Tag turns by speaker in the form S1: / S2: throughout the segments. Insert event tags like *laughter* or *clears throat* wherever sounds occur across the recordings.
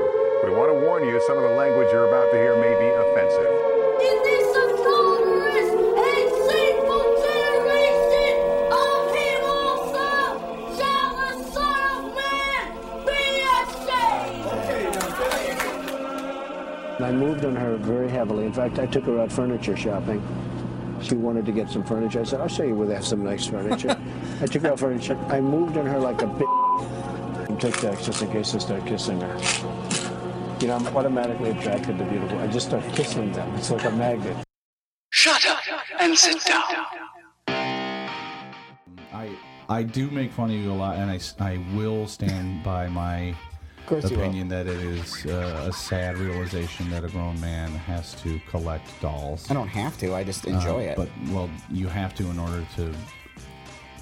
S1: want to warn you, some of the language you're about to hear may be offensive.
S2: It is a glorious and sinful generation of people, sir. Shall the Son of Man be ashamed?
S3: I moved on her very heavily. In fact, I took her out furniture shopping. She wanted to get some furniture. I said, I'll show you where they have some nice *laughs* furniture. I took her out furniture. I moved on her like a bitch and took that just in case I start kissing her. You know, I'm automatically attracted to beautiful. I just start kissing them. It's like a magnet.
S4: Shut up and sit down.
S5: I I do make fun of you a lot, and I, s- I will
S6: *laughs*
S5: stand by my opinion that it is uh, a sad realization that a grown man has to collect dolls.
S6: I don't have to. I just enjoy it.
S5: Uh, But well, you have to in order to.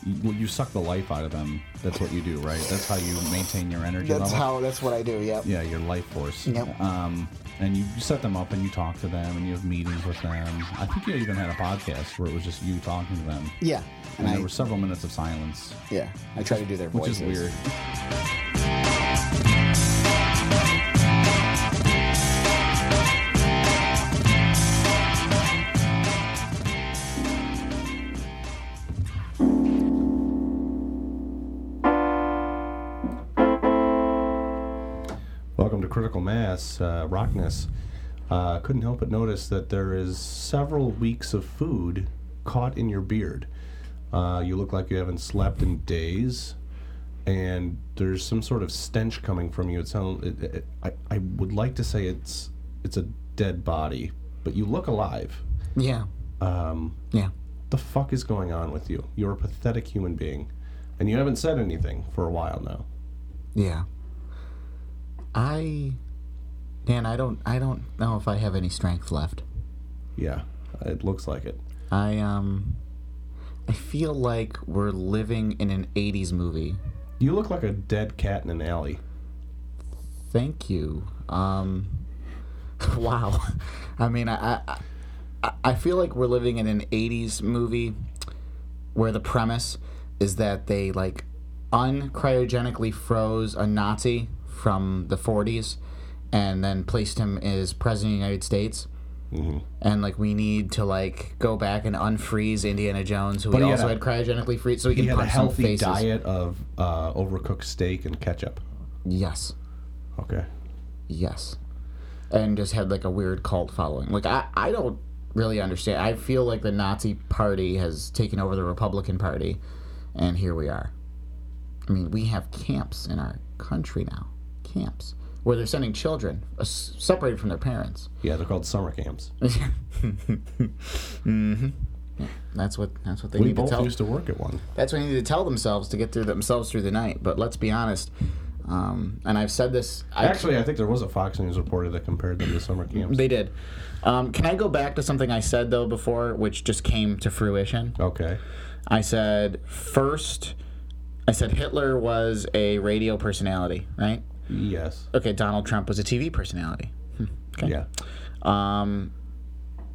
S5: you- Well, you suck the life out of them. That's what you do, right? That's how you maintain your energy
S6: that's
S5: level.
S6: how. That's what I do. Yep.
S5: yeah, your life force.
S6: Yep.
S5: Um, and you set them up, and you talk to them, and you have meetings with them. I think you even had a podcast where it was just you talking to them.
S6: Yeah.
S5: And
S6: And
S5: there
S6: I.
S5: were several minutes of silence,
S6: Yeah. I try to do their
S5: which
S6: voices.
S5: is weird. Welcome to Critical Mass, uh, Rockness. Uh, couldn't help but notice that there is several weeks of food caught in your beard. Uh, you look like you haven't slept in days, and there's some sort of stench coming from you. It sounds. It, it, I, I would like to say it's it's a dead body, but you look alive.
S6: Yeah. Um. Yeah.
S5: The fuck is going on with you? You're a pathetic human being, and you haven't said anything for a while now.
S6: Yeah. I. Man, I don't. I don't know if I have any strength left.
S5: Yeah, it looks like it.
S6: I um. I feel like we're living in an '80s movie.
S5: You look like a dead cat in an alley.
S6: Thank you. Um, *laughs* wow. I mean, I, I- I I feel like we're living in an '80s movie where the premise is that they like uncryogenically froze a Nazi from the '40s and then placed him as president of the United States.
S5: Mm-hmm.
S6: And like we need to like go back and unfreeze Indiana Jones, who
S5: But
S6: we
S5: he had
S6: also
S5: a-
S6: had cryogenically freeze, so we
S5: He
S6: can
S5: had a
S6: punch some
S5: healthy
S6: faces.
S5: diet of uh, overcooked steak and ketchup.
S6: Yes.
S5: Okay.
S6: Yes. And just had like a weird cult following. Like I, I don't really understand. I feel like the Nazi party has taken over the Republican Party and here we are. I mean, we have camps in our country now. Camps where they're sending children uh, s- separated from their parents.
S5: Yeah, they're called summer camps.
S6: That's what that's what they
S5: We
S6: need to
S5: both
S6: tell.
S5: used to work at one.
S6: that's what they need to tell themselves to get through themselves through the night. But let's be honest. Um, and I've said this. I,
S5: Actually, I think there was a Fox News reporter that compared them to summer camps.
S6: They did. Um, can I go back to something I said though before, which just came to fruition?
S5: okay.
S6: I said first, I said Hitler was a radio personality, right?
S5: Yes.
S6: Okay, Donald Trump was a TV personality.
S5: Yeah.
S6: Um,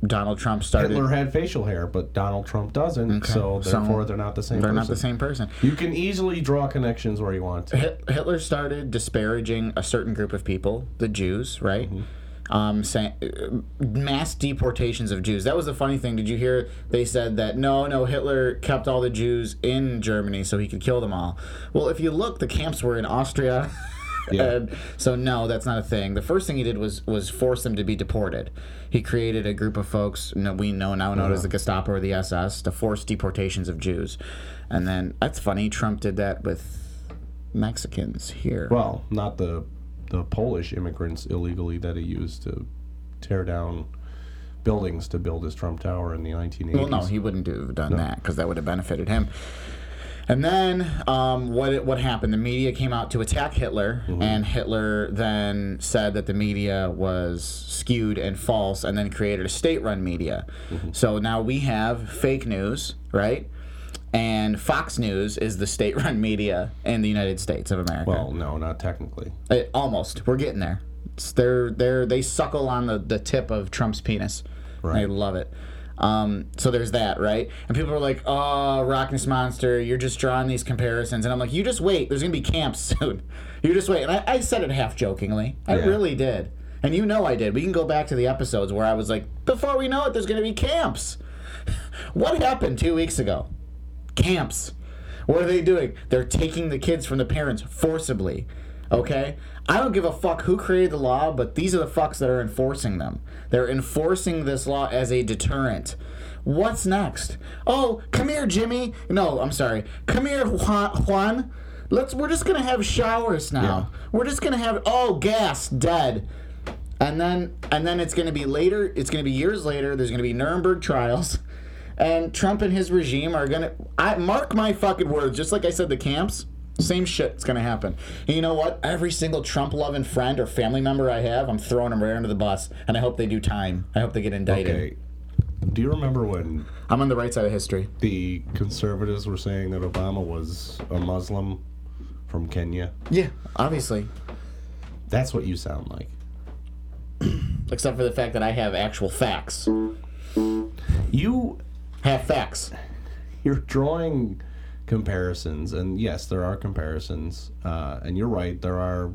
S6: Donald Trump started.
S5: Hitler had facial hair, but Donald Trump doesn't, so
S6: So
S5: therefore they're not the same
S6: they're
S5: person.
S6: not the same person.
S5: You can easily draw connections where you want to.
S6: Hit- Hitler started disparaging a certain group of people, the Jews, right?
S5: Mm-hmm.
S6: Um, saying uh, mass deportations of Jews. That was the funny thing. Did you hear? They said that no, no, Hitler kept all the Jews in Germany so he could kill them all. Well, if you look, the camps were in Austria. *laughs*
S5: Yeah.
S6: And so no, that's not a thing. The first thing he did was was force them to be deported. He created a group of folks no, we know now known as the Gestapo or the SS to force deportations of Jews. And then that's funny. Trump did that with Mexicans here.
S5: Well, not the the Polish immigrants illegally that he used to tear down buildings to build his Trump Tower in the 1980s.
S6: Well, no, he wouldn't have done that 'cause that because that would have benefited him. And then um, what what happened? The media came out to attack Hitler, and Hitler then said that the media was skewed and false, and then created a state-run media. So now we have fake news, right? And Fox News is the state-run *laughs* media in the United States of America.
S5: Well, no, not technically.
S6: Uh, almost. We're getting there. It's, they're they're they suckle on the, the tip of Trump's penis.
S5: Right.
S6: I love it. Um, so there's that, right? And people are like, "Oh, Rockness Monster, you're just drawing these comparisons." And I'm like, "You just wait. There's gonna be camps *laughs* soon. you just wait." And I, I said it half jokingly. I
S5: Yeah.
S6: really did, and you know I did. We can go back to the episodes where I was like, "Before we know it, there's gonna be camps." *laughs* what happened two weeks ago? Camps. What are they doing? They're taking the kids from the parents forcibly. Okay? I don't give a fuck who created the law, but these are the fucks that are enforcing them. They're enforcing this law as a deterrent. What's next? Oh, come here, Jimmy. No, I'm sorry. Come here, Juan. Juan. Let's. We're just gonna have showers now. We're just gonna have. Oh, gas, dead. And then, and then it's gonna be later. It's gonna be years later. There's gonna be Nuremberg trials and Trump and his regime are gonna. I mark my fucking words. Just like I said, the camps, same shit's gonna happen. And you know what? Every single Trump-loving friend or family member I have, I'm throwing them right under the bus, and I hope they do time. I hope they get indicted.
S5: Okay. Do you remember when
S6: I'm on the right side of history.
S5: the conservatives were saying that Obama was a Muslim from Kenya?
S6: Yeah, obviously.
S5: That's what you sound like.
S6: Except for the fact that I have actual facts.
S5: You
S6: Have facts.
S5: you're drawing comparisons, and yes, there are comparisons, uh, and you're right. There are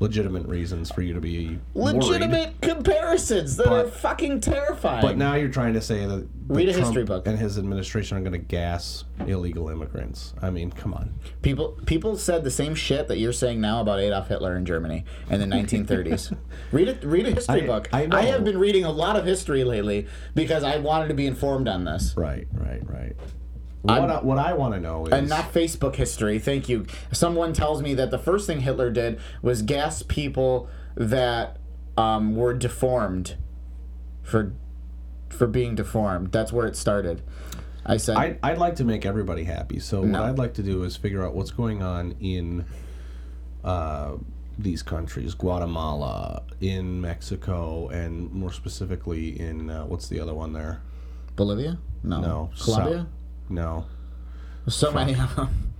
S5: legitimate reasons for you to be worried.
S6: Legitimate comparisons that are
S5: But-
S6: fucking terrifying.
S5: But now you're trying to say that
S6: Read a
S5: Trump
S6: history book.
S5: and his administration are going to gas illegal immigrants. I mean, come on.
S6: People people said the same shit that you're saying now about Adolf Hitler in Germany in the
S5: *laughs*
S6: 1930s. read a read a history
S5: I-
S6: book.
S5: I know.
S6: have been reading a lot of history lately because I wanted to be informed on this.
S5: Right, right, right.
S6: I'm-
S5: What I, what I want to know is
S6: And not Facebook history. Thank you. Someone tells me that the first thing Hitler did was gas people that um, were deformed for for being deformed. That's where it started. I said
S5: I'd, I'd like to make everybody happy. So what I'd like to do is figure out what's going on in uh, these countries, Guatemala, in Mexico, and more specifically in uh, what's the other one there?
S6: Bolivia. No.
S5: No, Sou-
S6: Colombia.
S5: no,
S6: So many of them.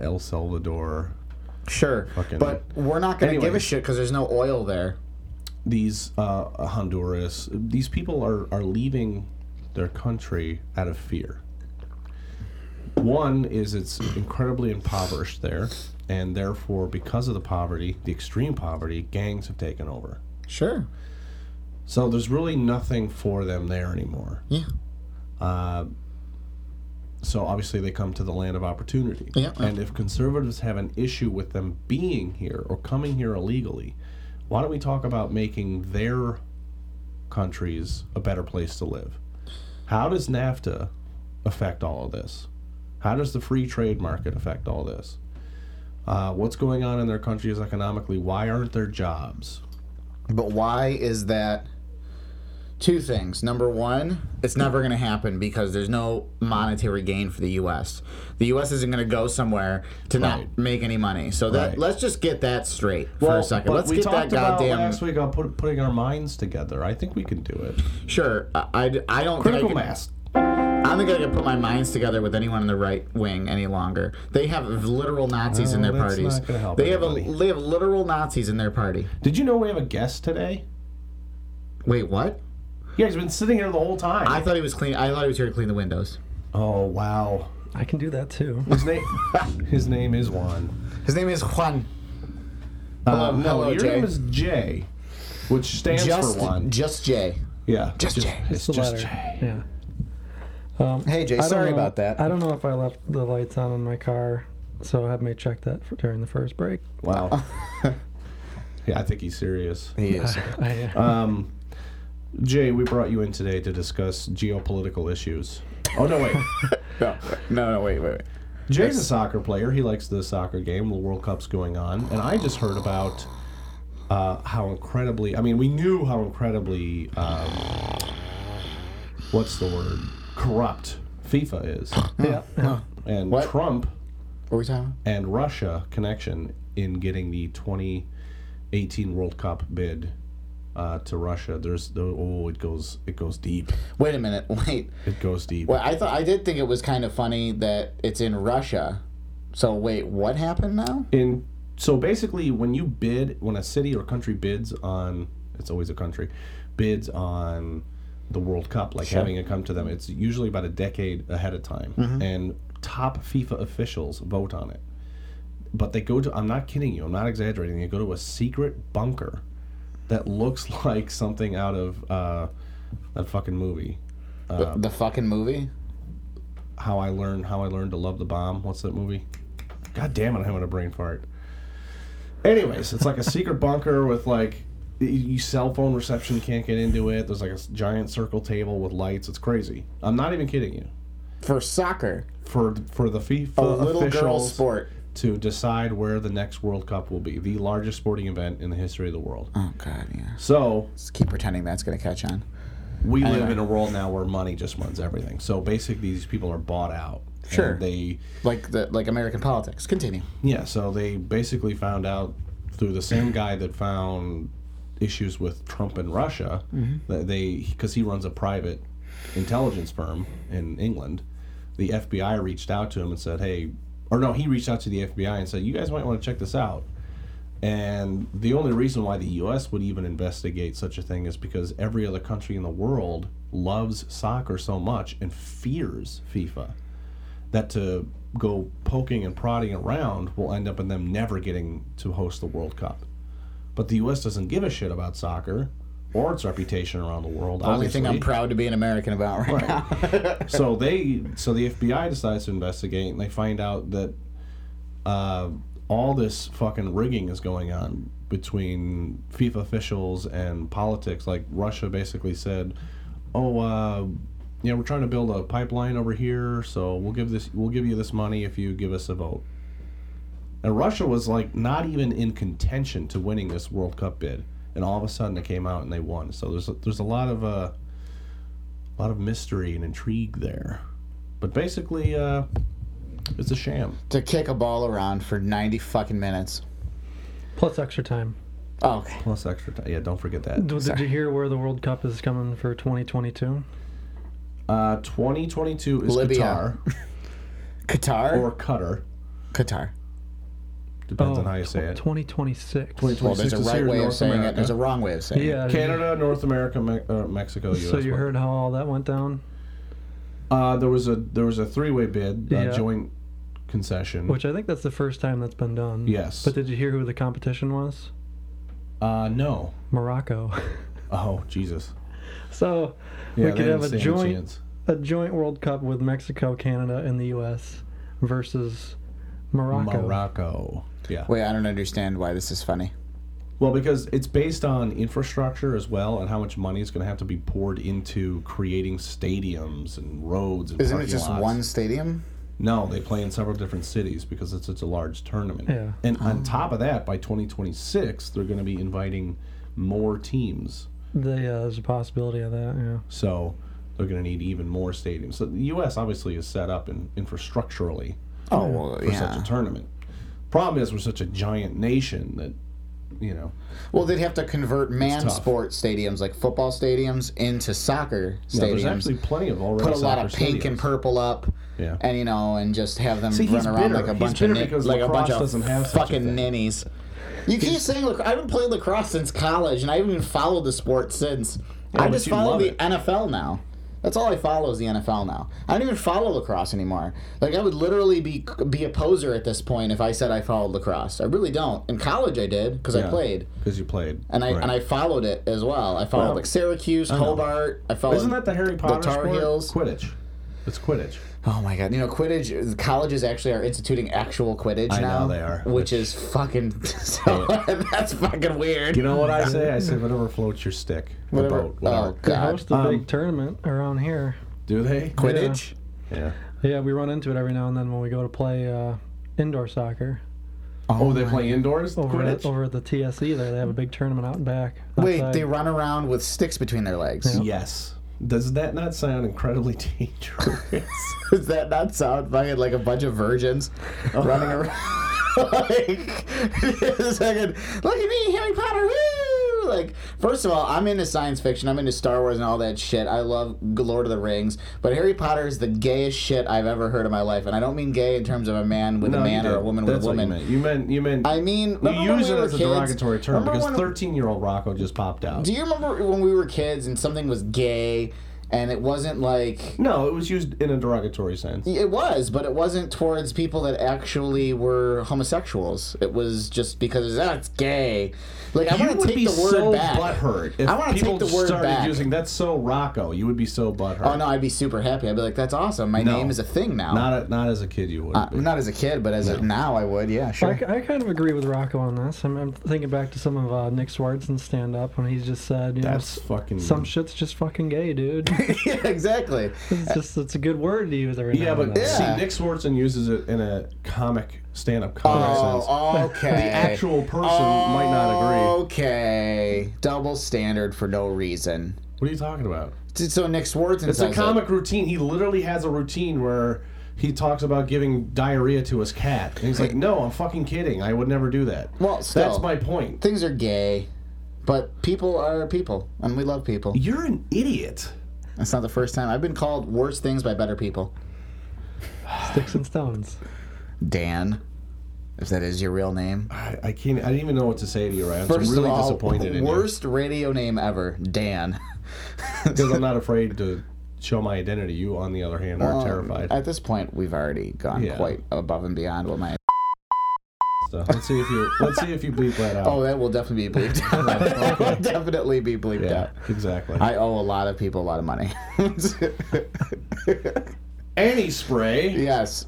S5: El Salvador.
S6: Sure,
S5: Fucking-
S6: but we're not gonna give a
S5: Anyways.
S6: shit because there's no oil there.
S5: These uh, Honduras. These people are are leaving their country out of fear. One is it's incredibly impoverished there, and therefore, because of the poverty, the extreme poverty, gangs have taken over.
S6: Sure.
S5: So there's really nothing for them there anymore.
S6: Yeah.
S5: So obviously they come to the land of opportunity.
S6: Yeah.
S5: And if conservatives have an issue with them being here or coming here illegally, why don't we talk about making their countries a better place to live? How does NAFTA affect all of this? How does the free trade market affect all this? Uh, what's going on in their countries economically? Why aren't there jobs?
S6: But why is that? Two things. Number one, it's never going to happen because there's no monetary gain for the U.S. The U.S. isn't going to go somewhere to
S5: Right.
S6: not make any money. So that
S5: Right.
S6: let's just get that straight for a second.
S5: but
S6: Let's
S5: we
S6: get that
S5: talked about
S6: goddamn.
S5: last week about put, putting our minds together. I think we can do it.
S6: Sure. I, I, I don't think I
S5: Critical
S6: can-
S5: mass.
S6: I don't think I can put my minds together with anyone in the right wing any longer. They have literal Nazis in
S5: No,
S6: their
S5: Oh, that's
S6: parties.
S5: not gonna help
S6: they have a,
S5: anybody.
S6: they have literal Nazis in their party.
S5: Did you know we have a guest today?
S6: Wait, what?
S5: Yeah, he's been sitting here the whole time.
S6: I thought he was clean. I thought he was here to clean the windows.
S5: oh wow.
S7: I can do that too.
S5: His name. *laughs* his name is Juan.
S6: His name is Juan.
S5: Uh, no,
S6: Um, hello,
S5: your
S6: Jay.
S5: name is Jay, which stands
S6: Just,
S5: for Juan.
S6: just Jay.
S5: yeah,
S6: just Jay.
S5: It's
S7: the
S5: just
S7: letter.
S5: Jay.
S7: Yeah. Um,
S6: Hey Jay,
S7: I don't
S6: sorry
S7: know-
S6: about that.
S7: I don't know if I left the lights on in my car, so have me check that for, during the
S5: *laughs*
S7: first break.
S6: *laughs*
S5: Wow. yeah, I think he's serious.
S6: He is.
S7: I, uh,
S5: Jay, we brought you in today to discuss geopolitical issues. Oh no, wait.
S6: *laughs* no, no, no, wait, wait, wait.
S5: Jay's a soccer player. He likes the soccer game. The World Cup's going on, and I just heard about uh, how incredibly. I mean, we knew how incredibly. Um, what's the word? Corrupt FIFA is,
S7: yeah.
S5: and
S6: What?
S5: Trump
S6: What were we talking?
S5: and Russia connection in getting the 2018 World Cup bid uh, to Russia. There's the oh, it goes it goes deep.
S6: Wait a minute. *laughs* Wait.
S5: It goes deep.
S6: Well, I thought I did think it was kind of funny that it's in Russia. So wait, what happened now?
S5: in so basically when you bid when a city or country bids on it's always a country bids on the World Cup, like having it come to them. It's usually about a decade ahead of time, and top FIFA officials vote on it. But they go to, I'm not kidding you, I'm not exaggerating, they go to a secret bunker that looks *laughs* like something out of uh, that fucking movie.
S6: the, the fucking movie.
S5: How I learned how I learned to love the bomb. What's that movie? God damn it, I'm having a brain fart. Anyways, it's like a
S6: *laughs*
S5: secret bunker with like y- you cell phone reception can't get into it. There's like a s- giant circle table with lights. It's crazy. I'm not even kidding you.
S6: For soccer,
S5: For for the FIFA
S6: a little girl
S5: officials
S6: sport.
S5: to decide where the next World Cup will be, the largest sporting event in the history of the world.
S6: Oh god, yeah.
S5: So
S6: Just keep pretending that's gonna catch on.
S5: we live in a world now where money just runs everything. So basically, these people are bought out. and
S6: Sure.
S5: they
S6: Like the like American politics. Continue.
S5: Yeah, so they basically found out through the same guy that found issues with Trump and Russia that they because he runs a private intelligence firm in England. The FBI reached out to him and said, "Hey," or no, he reached out to the FBI and said, "You guys might want to check this out." And the only reason why the U.S. would even investigate such a thing is because every other country in the world loves soccer so much and fears FIFA that to go poking and prodding around will end up in them never getting to host the World Cup. But the U.S. doesn't give a shit about soccer or its reputation around the world.
S6: Only thing I'm proud to be an American about right, now. *laughs*
S5: so they, so the FBI decides to investigate, and they find out that uh, all this fucking rigging is going on between FIFA officials and politics. Like Russia basically said, "Oh, uh, yeah, we're trying to build a pipeline over here, so we'll give this, we'll give you this money if you give us a vote." And Russia was like not even in contention to winning this World Cup bid, and all of a sudden it came out and they won. So there's a, there's a lot of uh, a lot of mystery and intrigue there, but basically, uh, it's a sham.
S6: to kick a ball around for 90 fucking minutes.
S7: *laughs* Plus extra time.
S6: Oh, okay.
S5: Plus extra time. Yeah, don't forget that.
S7: D- Did you hear where the World Cup is coming for 2022?
S5: Uh, 2022 is
S6: Libya.
S5: Qatar
S6: Qatar?
S5: or Qatar,
S6: Qatar.
S5: depends
S7: Oh,
S5: on how you say it.
S7: 2026.
S6: Well, there's a
S5: 26 is
S6: right
S5: here in
S6: way of
S5: North
S6: saying it.
S5: America.
S6: There's a wrong way of saying it.
S7: yeah.
S5: Canada, North America, Me- uh, Mexico, U.S.
S7: So you heard how all that went down,
S5: Mm-hmm. Uh, there was a there was a three way bid, uh,
S7: Yeah.
S5: joint concession.
S7: which I think that's the first time that's been done.
S5: Yes.
S7: But did you hear who the competition was?
S5: uh, no.
S7: Morocco. *laughs*
S5: Oh Jesus.
S7: so
S5: Yeah,
S7: we
S5: they
S7: could have
S5: didn't
S7: a
S5: stand
S7: joint
S5: chance.
S7: a joint World Cup with Mexico, Canada, and the U.S. versus Morocco.
S5: Morocco. Yeah.
S6: Wait, I don't understand why this is funny.
S5: Well, because it's based on infrastructure as well, and how much money is going to have to be poured into creating stadiums and roads and
S6: Isn't it
S5: parking
S6: just
S5: lots.
S6: one stadium?
S5: No, they play in several different cities because it's such a large tournament.
S7: Yeah.
S5: And
S6: Ah.
S5: on top of that, by 2026, they're going to be inviting more teams.
S7: They, uh, there's a possibility of that. Yeah.
S5: So they're going to need even more stadiums. So the U.S. obviously is set up in, infrastructurally
S6: Oh, well,
S5: for such
S6: yeah.
S5: a tournament. Problem is, we're such a giant nation that, you know,
S6: Well, they'd have to convert man
S5: tough.
S6: sport stadiums, like football stadiums, into soccer
S5: no, there's
S6: stadiums.
S5: actually plenty of already
S6: Put a lot of
S5: soccer
S6: pink and
S5: stadiums.
S6: purple up.
S5: Yeah.
S6: And you know, and just have them
S5: See, he's
S6: run around
S5: bitter.
S6: like a
S5: He's
S6: bunch of
S5: bitter
S6: ni-
S5: because
S6: like a
S5: lacrosse
S6: bunch
S5: doesn't
S6: of
S5: have such a
S6: fucking
S5: thing.
S6: ninnies. You keep saying lacrosse. I haven't played lacrosse since college, and I haven't even followed the sport since. I
S5: Oh, but
S6: just
S5: you
S6: follow
S5: love
S6: the
S5: it.
S6: NFL now. That's all I follow is the NFL now. I don't even follow lacrosse anymore. Like I would literally be be a poser at this point if I said I followed lacrosse. I really don't. In college, I did because I played.
S5: Because you played.
S6: And I
S5: right.
S6: and I followed it as well. I followed
S5: Well,
S6: like Syracuse, Hobart. I followed.
S5: Isn't that the Harry Potter
S6: Tar
S5: sport?
S6: Heels.
S5: Quidditch. It's Quidditch.
S6: Oh my god! You know, Quidditch colleges actually are instituting actual Quidditch
S5: I know
S6: now.
S5: they are.
S6: which is
S5: *laughs*
S6: fucking. So, *laughs* that's fucking weird.
S5: You know what
S6: *laughs*
S5: I say? I say whatever floats your stick. The
S6: Whatever.
S5: boat, whatever.
S6: Oh
S7: They
S6: god!
S7: host a
S5: Um,
S7: big tournament around here.
S5: Do they?
S6: Quidditch.
S5: Yeah.
S7: Yeah, we run into it every now and then when we go to play uh, indoor soccer
S5: Oh, they play indoors?
S7: over at,
S5: Quidditch?
S7: over at the TSE. There, they have a big tournament out and back.
S6: Wait,
S7: outside.
S6: they run around with sticks between their legs.
S5: Yes. Does that not sound incredibly *laughs* dangerous?
S6: *laughs* Does that not sound fucking like a bunch of virgins running *laughs* around? like, it's like, look at me, Harry Potter! Woo! you? Like, first of all, I'm into science fiction. I'm into Star Wars and all that shit. I love Lord of the Rings, but Harry Potter is the gayest shit I've ever heard in my life. And I don't mean gay in terms of a man with
S5: No,
S6: a
S5: you
S6: man or a
S5: did.
S6: woman
S5: That's
S6: with a
S5: what
S6: woman.
S5: You meant. You meant. You meant
S6: I mean, remember
S5: you
S6: when
S5: use
S6: we
S5: it
S6: were
S5: as a
S6: kids?
S5: derogatory term
S6: Remember
S5: because
S6: when-
S5: 13 year old Rocco just popped out.
S6: Do you remember when we were kids and something was gay, and it wasn't like
S5: no, it was used in a derogatory sense.
S6: It was, but it wasn't towards people that actually were homosexuals. It was just because that's gay. Like I
S5: you
S6: want to
S5: would
S6: take
S5: be
S6: the word
S5: so
S6: back.
S5: butthurt if
S6: I want to
S5: people
S6: take the word
S5: started
S6: back.
S5: using that's so Rocco. You would be so butthurt.
S6: oh no, I'd be super happy. I'd be like, that's awesome. My
S5: No.
S6: name is a thing now.
S5: Not a, not as a kid you would.
S6: Uh, not as a kid, but as a, now I would. Yeah, sure.
S7: I, I kind of agree with Rocco on this. I'm, I'm thinking back to some of uh, Nick Swartzen's stand up when he's just said, you
S5: That's
S7: know, s-
S5: fucking-
S7: Some shit's just fucking
S5: *laughs*
S7: gay, dude.
S6: yeah, *laughs* exactly.
S7: it's just, it's a good word to use every
S5: yeah,
S7: now and
S5: but
S7: then.
S6: Yeah.
S5: see, Nick Swartzen uses it in a comic stand-up comic sense. *laughs*
S6: Oh, okay. Oh.
S5: The actual person might not agree.
S6: Okay. Double standard for no reason.
S5: What are you talking about?
S6: So Nick Swartzen
S5: It's a
S6: says it.
S5: comic routine. He literally has a routine where he talks about giving diarrhea to his cat, and he's like, "No, I'm fucking kidding. I would never do that."
S6: Well, still.
S5: that's my point.
S6: things are gay, but people are people, and we love people.
S5: You're an idiot.
S6: That's not the first time I've been called worse things by better people.
S7: Sticks and stones.
S6: Dan, if that is your real name.
S5: I, I can't. I didn't even know what to say to you, Ryan. So I'm
S6: First
S5: really
S6: of all,
S5: disappointed in you
S6: worst radio name ever, Dan.
S5: because I'm not afraid to show my identity. You, on the other hand,
S6: Um,
S5: are terrified.
S6: At this point, we've already gone
S5: Yeah.
S6: quite above and beyond what my.
S5: So let's see if you let's see if you bleep that out.
S6: *laughs* Oh, that will definitely
S5: *laughs*
S6: be bleeped out. That will definitely be bleeped
S5: yeah,
S6: out.
S5: exactly.
S6: I owe a lot of people a lot of money. *laughs*
S5: Any spray.
S6: yes.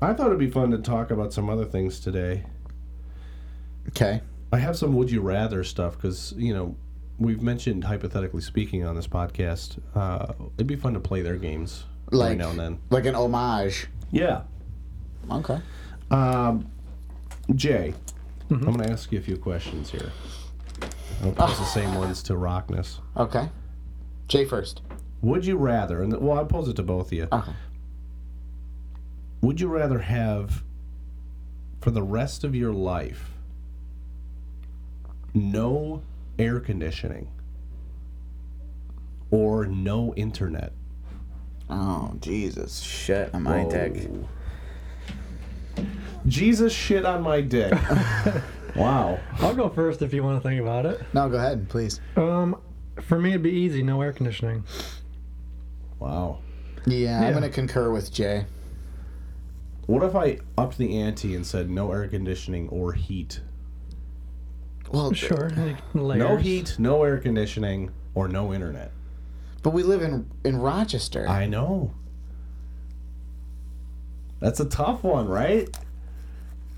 S5: I thought it'd be fun to talk about some other things today.
S6: Okay.
S5: I have some would you rather stuff because you know we've mentioned hypothetically speaking on this podcast. Uh, it'd be fun to play their games every
S6: Like,
S5: now and then.
S6: like an homage.
S5: Yeah,
S6: Okay.
S5: Jay, I'm going to ask you a few questions here. I hope
S6: Ah.
S5: it's the same ones to Rockness.
S6: Okay. Jay first.
S5: Would you rather? And well, I pose it to both of you.
S6: Okay.
S5: Would you rather have for the rest of your life no air conditioning or no internet?
S6: Oh Jesus! Shit on my dick.
S5: Oh. Jesus shit on my
S6: *laughs*
S5: dick. wow.
S7: I'll go first if you want to think about it.
S6: No, go ahead, please.
S7: Um, for me, it'd be easy. No air conditioning.
S5: Wow.
S6: Yeah, I'm
S7: Yeah.
S6: gonna concur with Jay.
S5: What if I upped the ante and said no air conditioning or heat?
S6: Well,
S7: Sure. like layers.
S5: No heat, no air conditioning, or no internet.
S6: but we live in in Rochester.
S5: I know. That's a tough one, right?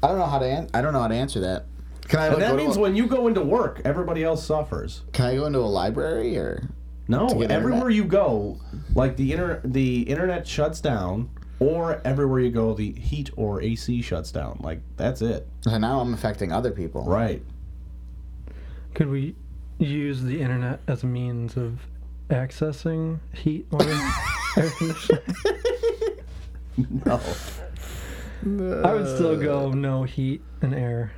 S6: I don't know how to an- I don't know how to answer that. Can I?
S5: And
S6: Like,
S5: that
S6: go
S5: means
S6: to a,
S5: when you go into work, everybody else suffers.
S6: Can I go into a library or?
S5: No,
S6: get
S5: everywhere you go, like the inter- the internet shuts down, or everywhere you go, the heat or AC shuts down. Like that's it,
S6: So now I'm affecting other people.
S5: right?
S7: Could we use the internet as a means of accessing heat or *laughs* air conditioning?
S5: No.
S7: I would still go no heat and air.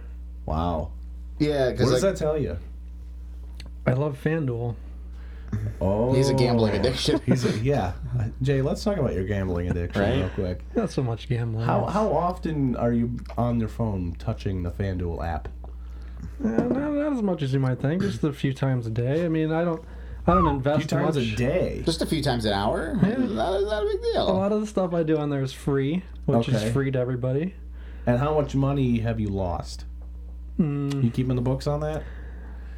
S5: Wow.
S6: Yeah,
S5: What
S6: because
S5: does
S6: like,
S5: that tell you?
S7: I love FanDuel.
S5: Oh,
S6: he's a gambling addiction.
S5: *laughs* He's a, yeah. Uh, Jay, let's talk about your gambling addiction real quick.
S7: Not so much gambling.
S5: How how often are you on your phone touching the FanDuel app?
S7: Uh, not, not as much as you might think. Just a few times a day. I mean, I don't, I don't
S5: A few
S7: invest
S5: times
S7: much.
S5: a day.
S6: Just a few times an hour. Not, not a big deal.
S7: A lot of the stuff I do on there is free, which
S5: Okay.
S7: is free to everybody.
S5: And how much money have you lost? You keeping the books on that?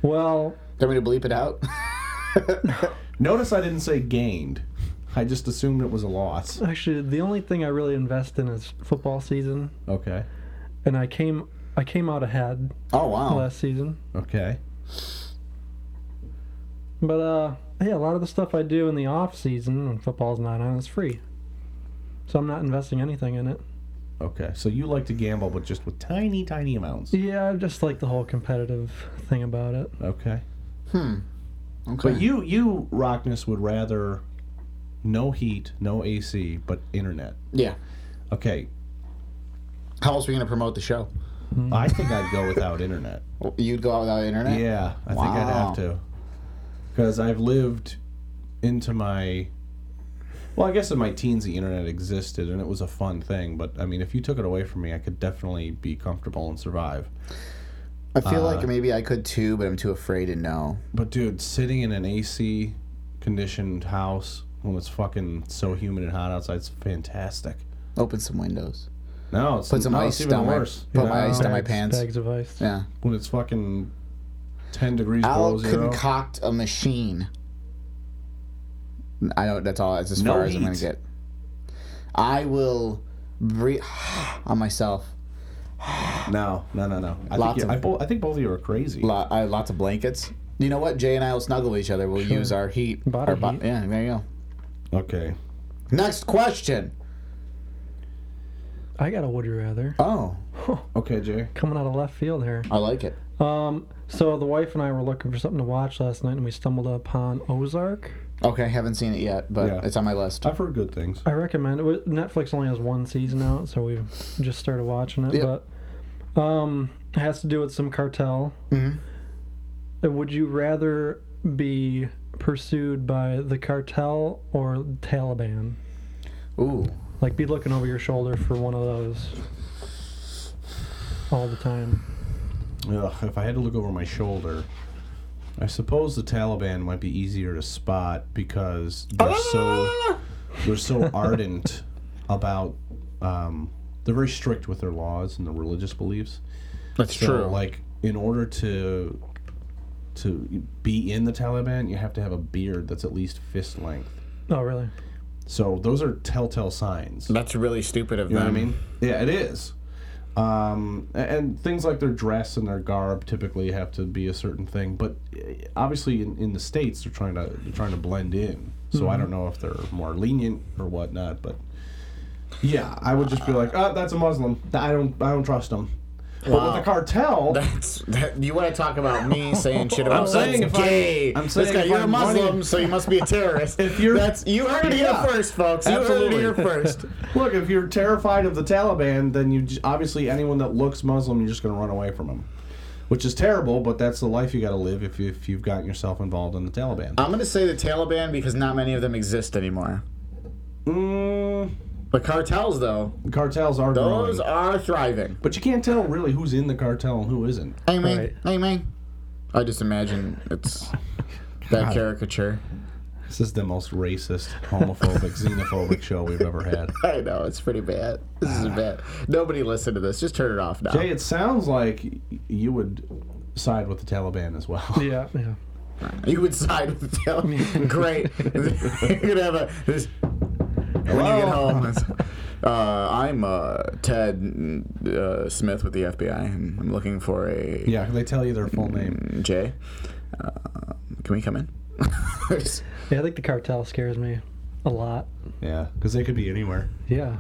S7: Well,
S6: Do you want me to bleep it out? *laughs*
S5: Notice I didn't say gained. I just assumed it was a loss.
S7: actually, the only thing I really invest in is football season,
S5: Okay.
S7: and I came, I came out ahead
S6: oh wow.
S7: last season.
S5: Okay.
S7: But uh, yeah, a lot of the stuff I do in the off season when football's not on is free, so I'm not investing anything in it.
S5: Okay. So you like to gamble, but just with tiny, tiny amounts.
S7: Yeah, I just like the whole competitive thing about it.
S5: Okay.
S6: okay.
S5: But you, you, Rockness, would rather no heat, no AC, but internet.
S6: yeah.
S5: Okay.
S6: How else are we gonna promote the show?
S5: I think I'd go without internet.
S6: You'd go out without internet?
S5: Yeah, I think I'd
S6: Wow.
S5: have to. Because I've lived into my. Well, I guess in my teens, the internet existed and it was a fun thing, but I mean, if you took it away from me, I could definitely be comfortable and survive.
S6: I feel
S5: Uh,
S6: like maybe I could too, but I'm too afraid to know.
S5: But dude, sitting in an AC conditioned house when it's fucking so humid and hot outside is fantastic.
S6: Open some windows.
S5: No, it's,
S6: Put some
S5: no,
S6: ice
S5: it's even
S6: down my-
S5: worse.
S6: put
S5: you
S6: my
S5: know?
S6: ice down my
S7: Bags-
S6: pants.
S7: Bags of ice.
S6: Yeah.
S5: When it's fucking 10 degrees
S6: Al
S5: below zero.
S6: concoct a machine. I don't. That's all. That's as
S5: No
S6: far as I'm gonna
S5: heat.
S6: get. I will breathe *sighs* on myself.
S5: No, no, no, no. I think,
S6: Lots
S5: you-
S6: of-
S5: I, bo- I think both of you are crazy.
S6: Lo- I have lots of blankets. You know what? Jay and I will snuggle each other.
S5: *laughs*
S6: We'll use our heat.
S7: Body
S6: our bo-
S7: heat.
S6: Yeah, there you go.
S5: Okay.
S6: Next question.
S7: I got a would you rather
S6: Oh,
S5: Okay, Jay.
S7: coming out of left field here.
S6: I like it.
S7: Um, so the wife and I were looking for something to watch last night, and we stumbled upon Ozark.
S6: Okay, haven't seen it yet, but
S5: Yeah. Uh,
S6: it's on my list.
S5: I've heard good things.
S7: I recommend it. was- Netflix only has one season out, so we just started watching it.
S6: Yep.
S7: But um, it has to do with some cartel. Mm-hmm. Would you rather be pursued by the cartel or Taliban?
S6: Ooh,
S7: Like, be looking over your shoulder for one of those all the time.
S5: Ugh, if I had to look over my shoulder, I suppose the Taliban might be easier to spot because they're so they're so ardent about. Um, they're very strict with their laws and their religious beliefs.
S6: that's
S5: So, Like, in order to to be in the Taliban, you have to have a beard that's at least fist length.
S7: Oh, really?
S5: So those are telltale signs.
S6: That's really stupid of
S5: You know
S6: them.
S5: what I mean? Yeah, it is. Um, a- and things like their dress and their garb typically have to be a certain thing, but eh, obviously in, in the states they're trying to they're trying to blend in. So I don't know if they're more lenient or whatnot, but yeah, I would just be like, oh, that's a Muslim. I don't I don't trust them. But with the cartel,
S6: That's that, you want to talk about me saying shit about
S5: I'm saying
S6: that's
S5: if I-
S6: gay.
S5: I'm saying
S6: This guy,
S5: if
S6: you're a
S5: I'm
S6: Muslim,
S5: running-
S6: so you must be a
S5: *laughs*
S6: terrorist.
S5: If you're-
S6: that's you heard it
S5: Yeah.
S6: here first, folks. You
S5: Absolutely.
S6: heard it here
S5: *laughs*
S6: first.
S5: look, if you're terrified of the Taliban, then you j- obviously anyone that looks Muslim, you're just going to run away from them, which is terrible. But that's the life you got to live if, if you've gotten yourself involved in the Taliban.
S6: I'm gonna say the Taliban because not many of them exist anymore.
S5: Mm,
S6: The cartels, though,
S5: cartels are
S6: those
S5: growing.
S6: are thriving.
S5: but you can't tell really who's in the cartel and who isn't.
S6: Hey man,
S7: Right.
S6: hey man. I just imagine it's
S5: *laughs*
S6: that caricature.
S5: This is the most racist,
S6: *laughs*
S5: homophobic, xenophobic show we've ever had.
S6: I know it's pretty bad. This is bad. Nobody listen to this. Just turn it off now.
S5: Jay, it sounds like you would side with the Taliban as well.
S7: Yeah, yeah.
S6: You would side with the Taliban. Great. *laughs* You're gonna have a this, when you get home. it's, Uh, I'm uh, Ted uh, Smith with the FBI, and I'm looking for a
S5: *laughs* Yeah, they tell you their full name.
S6: Jay. Uh, can we come in? *laughs*
S7: Yeah, I think the cartel scares me a lot.
S5: Yeah, because they could be anywhere.
S7: Yeah.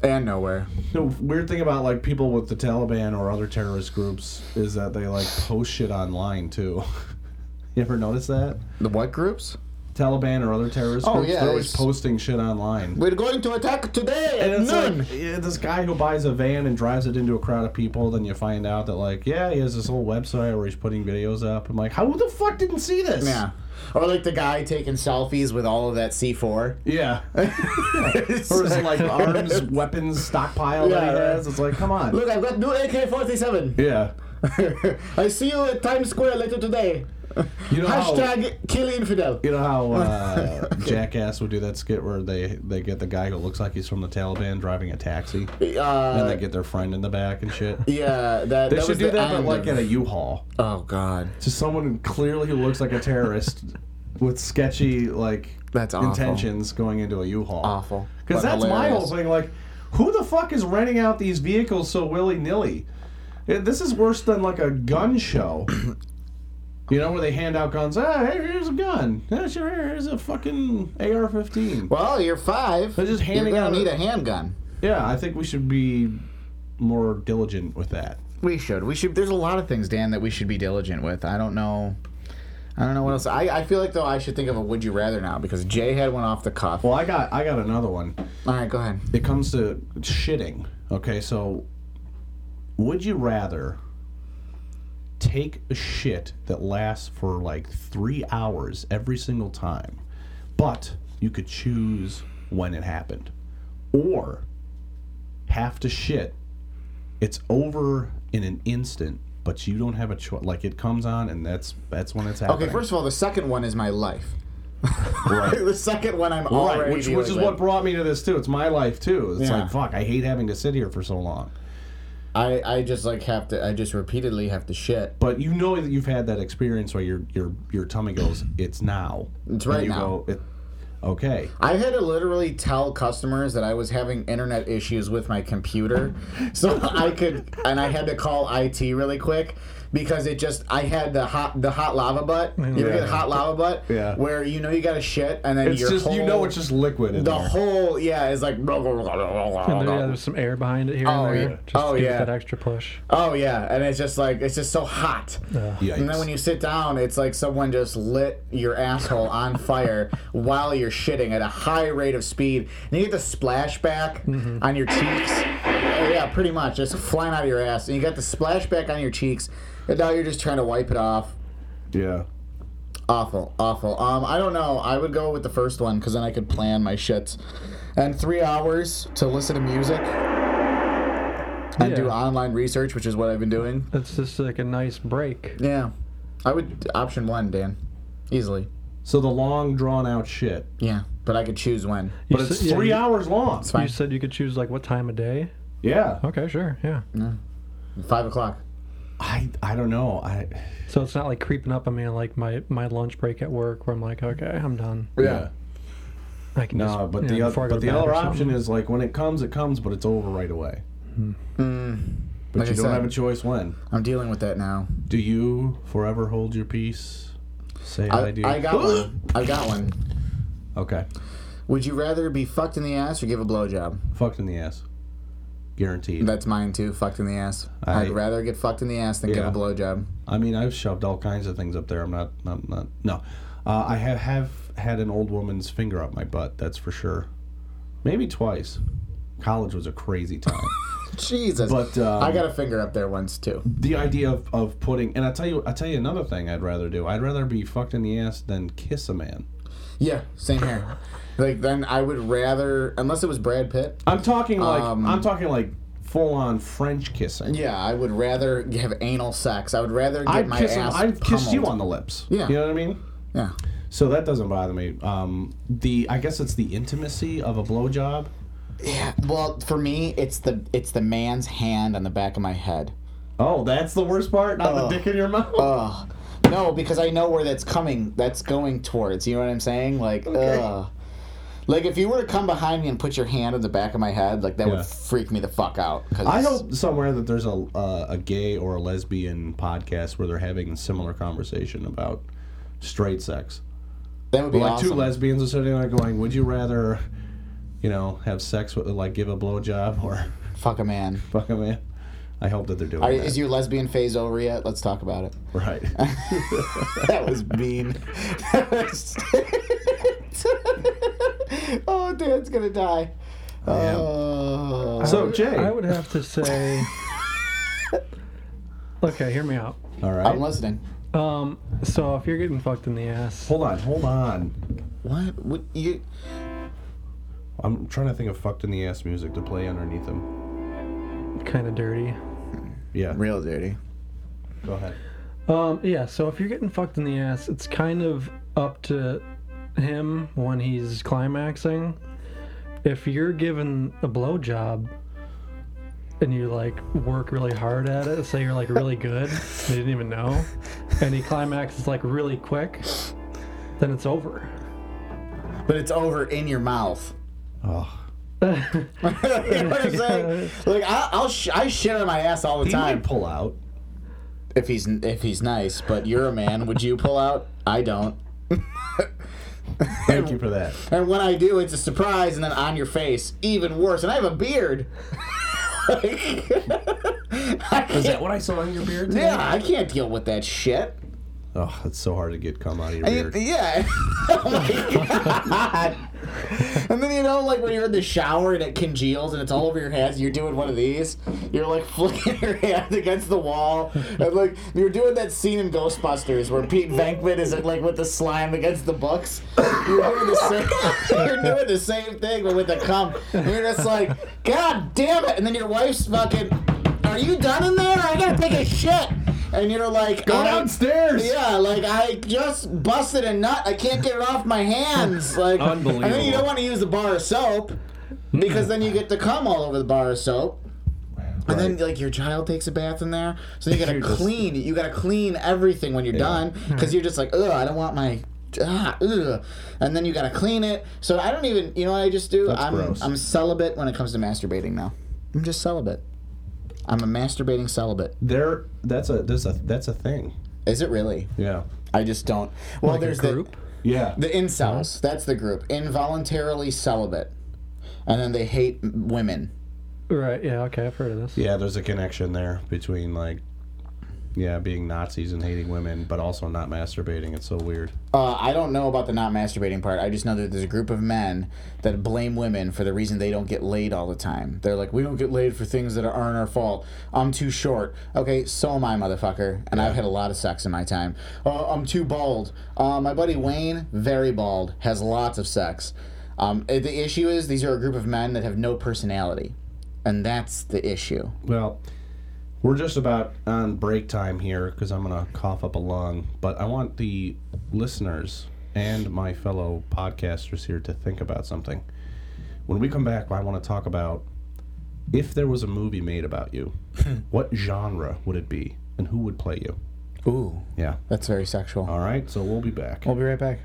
S6: and nowhere.
S5: The weird thing about like people with the Taliban or other terrorist groups is that they like post shit online too. *laughs* you ever notice that?
S6: The what groups?
S5: Taliban or other terrorist
S6: Oh,
S5: groups,
S6: yeah,
S5: they're always
S6: it's-
S5: posting shit online.
S6: We're going to attack today
S5: And
S6: at
S5: it's
S6: noon.
S5: like yeah, this guy who buys a van and drives it into a crowd of people. Then you find out that like, yeah, he has this whole website where he's putting videos up. I'm like, how who the fuck didn't see this?
S6: yeah. Or like the guy taking selfies with all of
S5: *laughs*
S6: that C4. *laughs*
S5: yeah. or his like arms, weapons stockpile that he
S6: Yeah.
S5: has. It's like, come on.
S6: Look, I've got new AK-47.
S5: Yeah.
S6: *laughs* I see you at Times Square later today.
S5: You know how-
S6: Hashtag kill infidel.
S5: You know how
S6: *laughs*
S5: uh, Jackass would do that skit where they they get the guy who looks like he's from the Taliban driving a taxi, and
S6: Uh,
S5: they get their friend in the back and shit.
S6: yeah, that.
S5: They
S6: that
S5: should
S6: was
S5: do
S6: the
S5: that, but
S6: end
S5: like
S6: of-
S5: at a U-Haul
S6: oh god,
S5: to someone who clearly who looks like a
S6: *laughs*
S5: terrorist with sketchy like
S6: That's awful.
S5: intentions going into a U-Haul.
S6: Awful.
S5: Because
S6: But
S5: that's my whole
S6: hilarious.
S5: thing. Like, who the fuck is renting out these vehicles so willy nilly? This is worse than like a gun
S6: *coughs*
S5: show. You know, where they hand out guns. Ah, hey, here's a gun. Ah, sure, here's a fucking AR-15.
S6: Well, you're five.
S5: They're just handing
S6: you're gonna
S5: out
S6: need
S5: a-
S6: a handgun.
S5: Yeah, I think we should be more diligent with that.
S6: We should. We should. There's a lot of things, Dan, that we should be diligent with. I don't know. I don't know what else. I, I feel like though I should think of a would you rather now because Jay had one off the cuff.
S5: Well, I got I got another one.
S6: All right, go ahead.
S5: it comes to shitting. Okay, so Would you rather take a shit that lasts for like three hours every single time, but you could choose when it happened, or have to shit? It's over in an instant, but you don't have a choice. Like it comes on, and that's that's when it's happening.
S6: Okay, first of all, the second one is my life. *laughs*
S5: Right.
S6: the second one I'm
S5: Right,
S6: already
S5: which, which is
S6: dealing
S5: what
S6: with.
S5: brought me to this too. It's my life too. It's
S6: Yeah.
S5: like fuck. I hate having to sit here for so long.
S6: I I just like have to. I just repeatedly have to shit.
S5: But you know that you've had that experience where your your your tummy goes, it's now.
S6: It's right
S5: and you
S6: now.
S5: Go, it, okay.
S6: I had to literally tell customers that I was having internet issues with my computer, *laughs* so I could, and I had to call IT really quick because it just I had the hot the hot lava butt. You ever get the hot lava butt?
S5: *laughs* Yeah.
S6: Where you know you got to shit, and then
S5: It's
S6: your
S5: just
S6: whole,
S5: you know it's just liquid in
S6: the
S5: there.
S6: whole yeah is like. *laughs*
S7: And there, yeah, there's some air behind it here
S6: Oh,
S7: and there.
S6: yeah.
S7: Just
S6: Oh,
S7: to give it
S6: yeah.
S7: that extra push.
S6: Oh yeah, and it's just like it's just so hot.
S5: Yikes.
S6: And then when you sit down, it's like someone just lit your asshole on fire *laughs* while you're shitting at a high rate of speed. And you get the splashback on your cheeks. Oh, yeah, pretty much. Just flying out of your ass. And you got the splashback on your cheeks. And now you're just trying to wipe it off.
S5: yeah.
S6: Awful, awful. Um, I don't know. I would go with the first one because then I could plan my shits. And three hours to listen to music and do
S7: Yeah.
S6: online research, which is what I've been doing.
S7: That's just like a nice break.
S6: Yeah. I would option one, Dan. Easily.
S5: So the long drawn out shit.
S6: Yeah. But I could choose when.
S7: You
S5: But it's
S7: said- yeah,
S5: three
S7: you-
S5: hours long.
S6: fine.
S7: You said you could choose like what time of day.
S5: Yeah.
S7: Okay, sure, yeah.
S6: Five o'clock.
S5: I I don't know. I
S7: So it's not like creeping up on me like my my lunch break at work where I'm like, okay, I'm done.
S5: yeah.
S7: I can
S5: No,
S7: just,
S5: but
S7: you know,
S5: the
S7: before I
S5: other but
S7: go to
S5: the
S7: bed
S5: other
S7: or something. Hmm.
S5: option is like when it comes, it comes, but it's over right away. But
S6: Hmm. Like
S5: you
S6: I
S5: don't
S6: said.
S5: have a choice when.
S6: I'm dealing with that now.
S5: Do you forever hold your peace? Say I,
S6: I,
S5: do.
S6: I
S5: *gasps*
S6: got one. I got one.
S5: Okay.
S6: Would you rather be fucked in the ass or give a blowjob?
S5: Fucked in the ass. Guaranteed.
S6: That's mine too. Fucked in the ass. I,
S5: I-
S6: would rather get fucked in the ass than give
S5: Yeah.
S6: a blowjob.
S5: I mean, I've shoved all kinds of things up there. I'm not, not, not. No, uh, I have have had an old woman's finger up my butt. That's for sure. Maybe twice. College was a crazy
S6: *laughs*
S5: time.
S6: Jesus.
S5: But, um,
S6: I got a finger up there once too.
S5: the idea of, of putting and I tell you, I tell you another thing. I'd rather do. I'd rather be fucked in the ass than kiss a man.
S6: Yeah, same here. like then I would rather unless it was Brad Pitt.
S5: I'm talking like
S6: Um,
S5: I'm talking like full on French kissing.
S6: Yeah, I would rather have anal sex. I would rather get
S5: I'd
S6: my
S5: kiss.
S6: ass.
S5: I'd kiss you
S6: pummeled.
S5: on the lips.
S6: Yeah.
S5: You know what I mean?
S6: Yeah.
S5: So that doesn't bother me. Um, the I guess it's the intimacy of a blowjob.
S6: Yeah. Well, for me, it's the it's the man's hand on the back of my head.
S5: Oh, that's the worst part? Not
S6: Uh,
S5: the dick in your mouth?
S6: Ugh. No, because I know where that's coming. That's going towards. You know what I'm saying? Like, ugh. Like if you were to come behind me and put your hand on the back of my head, like that
S5: Yeah.
S6: would freak me the fuck out. 'cause-
S5: I hope somewhere that there's a, uh, a gay or a lesbian podcast where they're having a similar conversation about straight sex.
S6: that would be
S5: like
S6: awesome.
S5: two lesbians are sitting there going, would you rather, you know, have sex with, like, give a blowjob or *laughs*
S6: fuck a man.
S5: fuck a man? I hope that they're doing
S6: Are,
S5: that.
S6: is your lesbian phase over yet? Let's talk
S5: *laughs*
S6: about it. *laughs*
S5: right.
S6: That was mean. *laughs* That was- oh, Dan's gonna die.
S5: am.
S6: Oh.
S5: so, Jay.
S7: I would have to say *laughs* Okay, hear me out.
S5: all right.
S6: I'm listening.
S7: Um, so if you're getting fucked in the ass,
S5: hold on, hold on.
S6: What? What you?
S5: I'm trying to think of fucked in the ass music to play underneath him.
S7: kind of dirty.
S5: Yeah.
S6: Real dirty.
S5: Go ahead.
S7: Um, yeah, so if you're getting fucked in the ass, it's kind of up to him when he's climaxing. If you're given a blowjob and you like work really hard at it, say you're like really *laughs* good, they didn't even know, and he climaxes like really quick, then it's over.
S6: But it's over in your mouth.
S5: Oh.
S6: you know what I'm
S5: *laughs*
S6: saying? Like I, I'll sh- I shit on my ass all the
S5: He
S6: time
S5: might pull out.
S6: if he's if he's nice. But you're a man. Would you pull out? I don't.
S5: Thank you for that.
S6: And when I do, it's a surprise, and then on your face, even worse. And I have a beard. *laughs* Like, *laughs* I
S5: Is that
S6: can't-
S5: what I saw on your beard? today?
S6: yeah, I can't deal with that shit. *laughs*
S5: Oh, it's so hard to get cum out of your
S6: Y-
S5: beard.
S6: Yeah. oh my god. And then you know, like when you're in the shower and it congeals and it's all over your hands, you're doing one of these. You're like *laughs* flicking your hand against the wall, and like you're doing that scene in Ghostbusters where Pete Venkman is like with the slime against the books. You're doing the same. *laughs* you're doing the same thing, but with the cum. You're just like, God damn it! And then your wife's fucking. Are you done in there? I gotta take a shit. And you're like,
S5: Go
S6: "I-
S5: downstairs."
S6: Yeah, like I just busted a nut. I can't get it off my hands. Like, and then you don't
S8: Unbelievable.
S6: want to use the bar of soap because then you get the cum all over the bar of soap. And then like your child takes a bath in there, so you gotta
S5: You're just-
S6: clean. You gotta clean everything when you're done because you're just like, ugh, I don't want my. Ah, ugh. And then you gotta clean it. So I don't even. You know what I just do?
S5: That's
S6: I'm
S5: gross.
S6: I'm celibate when it comes to masturbating now. I'm just celibate. I'm a masturbating celibate.
S5: There, that's a that's a that's a thing.
S6: Is it really?
S5: Yeah,
S6: I just don't. Well,
S7: Like a
S6: there's
S7: group?
S6: the
S5: yeah.
S6: the incels. That's the group. Involuntarily celibate, and then they hate m- women.
S7: Right, yeah, okay, I've heard of this.
S5: Yeah, there's a connection there between like, yeah, being Nazis and hating women, but also not masturbating. It's so weird.
S6: Uh, I don't know about the not masturbating part. I just know that there's a group of men that blame women for the reason they don't get laid all the time. They're like, we don't get laid for things that aren't our fault. I'm too short. Okay, so am I, motherfucker. And I've had a lot of sex in my time. Uh, I'm too bald. Uh, my buddy Wayne, very bald, has lots of sex. Um, eh, the issue is these are a group of men that have no personality. And that's the issue.
S5: Well, we're just about on break time here because I'm gonna cough up a lung, but I want the listeners and my fellow podcasters here to think about something. When we come back, I want to talk about if there was a movie made about you, what genre would it be, and who would play you?
S6: Ooh,
S5: Yeah.
S6: that's very sexual.
S5: All right. So we'll be back.
S6: We'll be right back.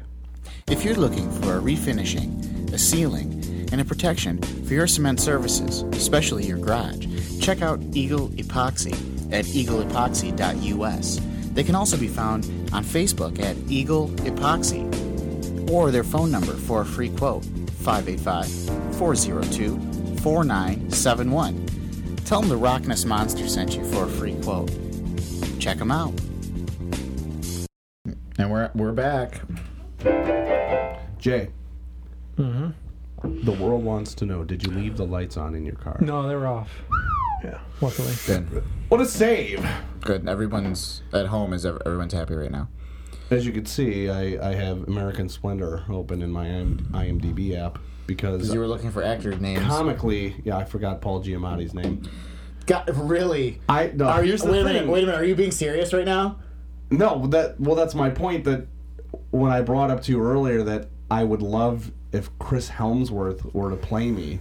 S6: If you're looking for a refinishing, a sealing, and a protection for your cement services, especially your garage, check out Eagle Epoxy at eagleepoxy.us. They can also be found on Facebook at Eagle Epoxy or their phone number for a free quote 585 402 4971. Tell them the Rockness Monster sent you for a free quote. Check them out. And we're, we're back.
S5: Jay. Mm-hmm. The world wants to know: Did you leave the lights on in your car?
S7: No, they were off. Yeah, luckily.
S6: Good.
S5: What a save!
S6: Good. Everyone's at home. Is ev- everyone's happy right now?
S5: As you can see, I, I have American Splendor open in my IM- IMDb app because
S6: Because you were looking for actor names.
S5: comically, yeah, I forgot Paul Giamatti's name.
S6: God, really?
S5: I no.
S6: Are you?
S5: here's the
S6: wait a
S5: thing.
S6: minute. Wait a minute. Are you being serious right now?
S5: No, that well, that's my point. That when I brought up to you earlier that I would love if Chris Helmsworth were to play me,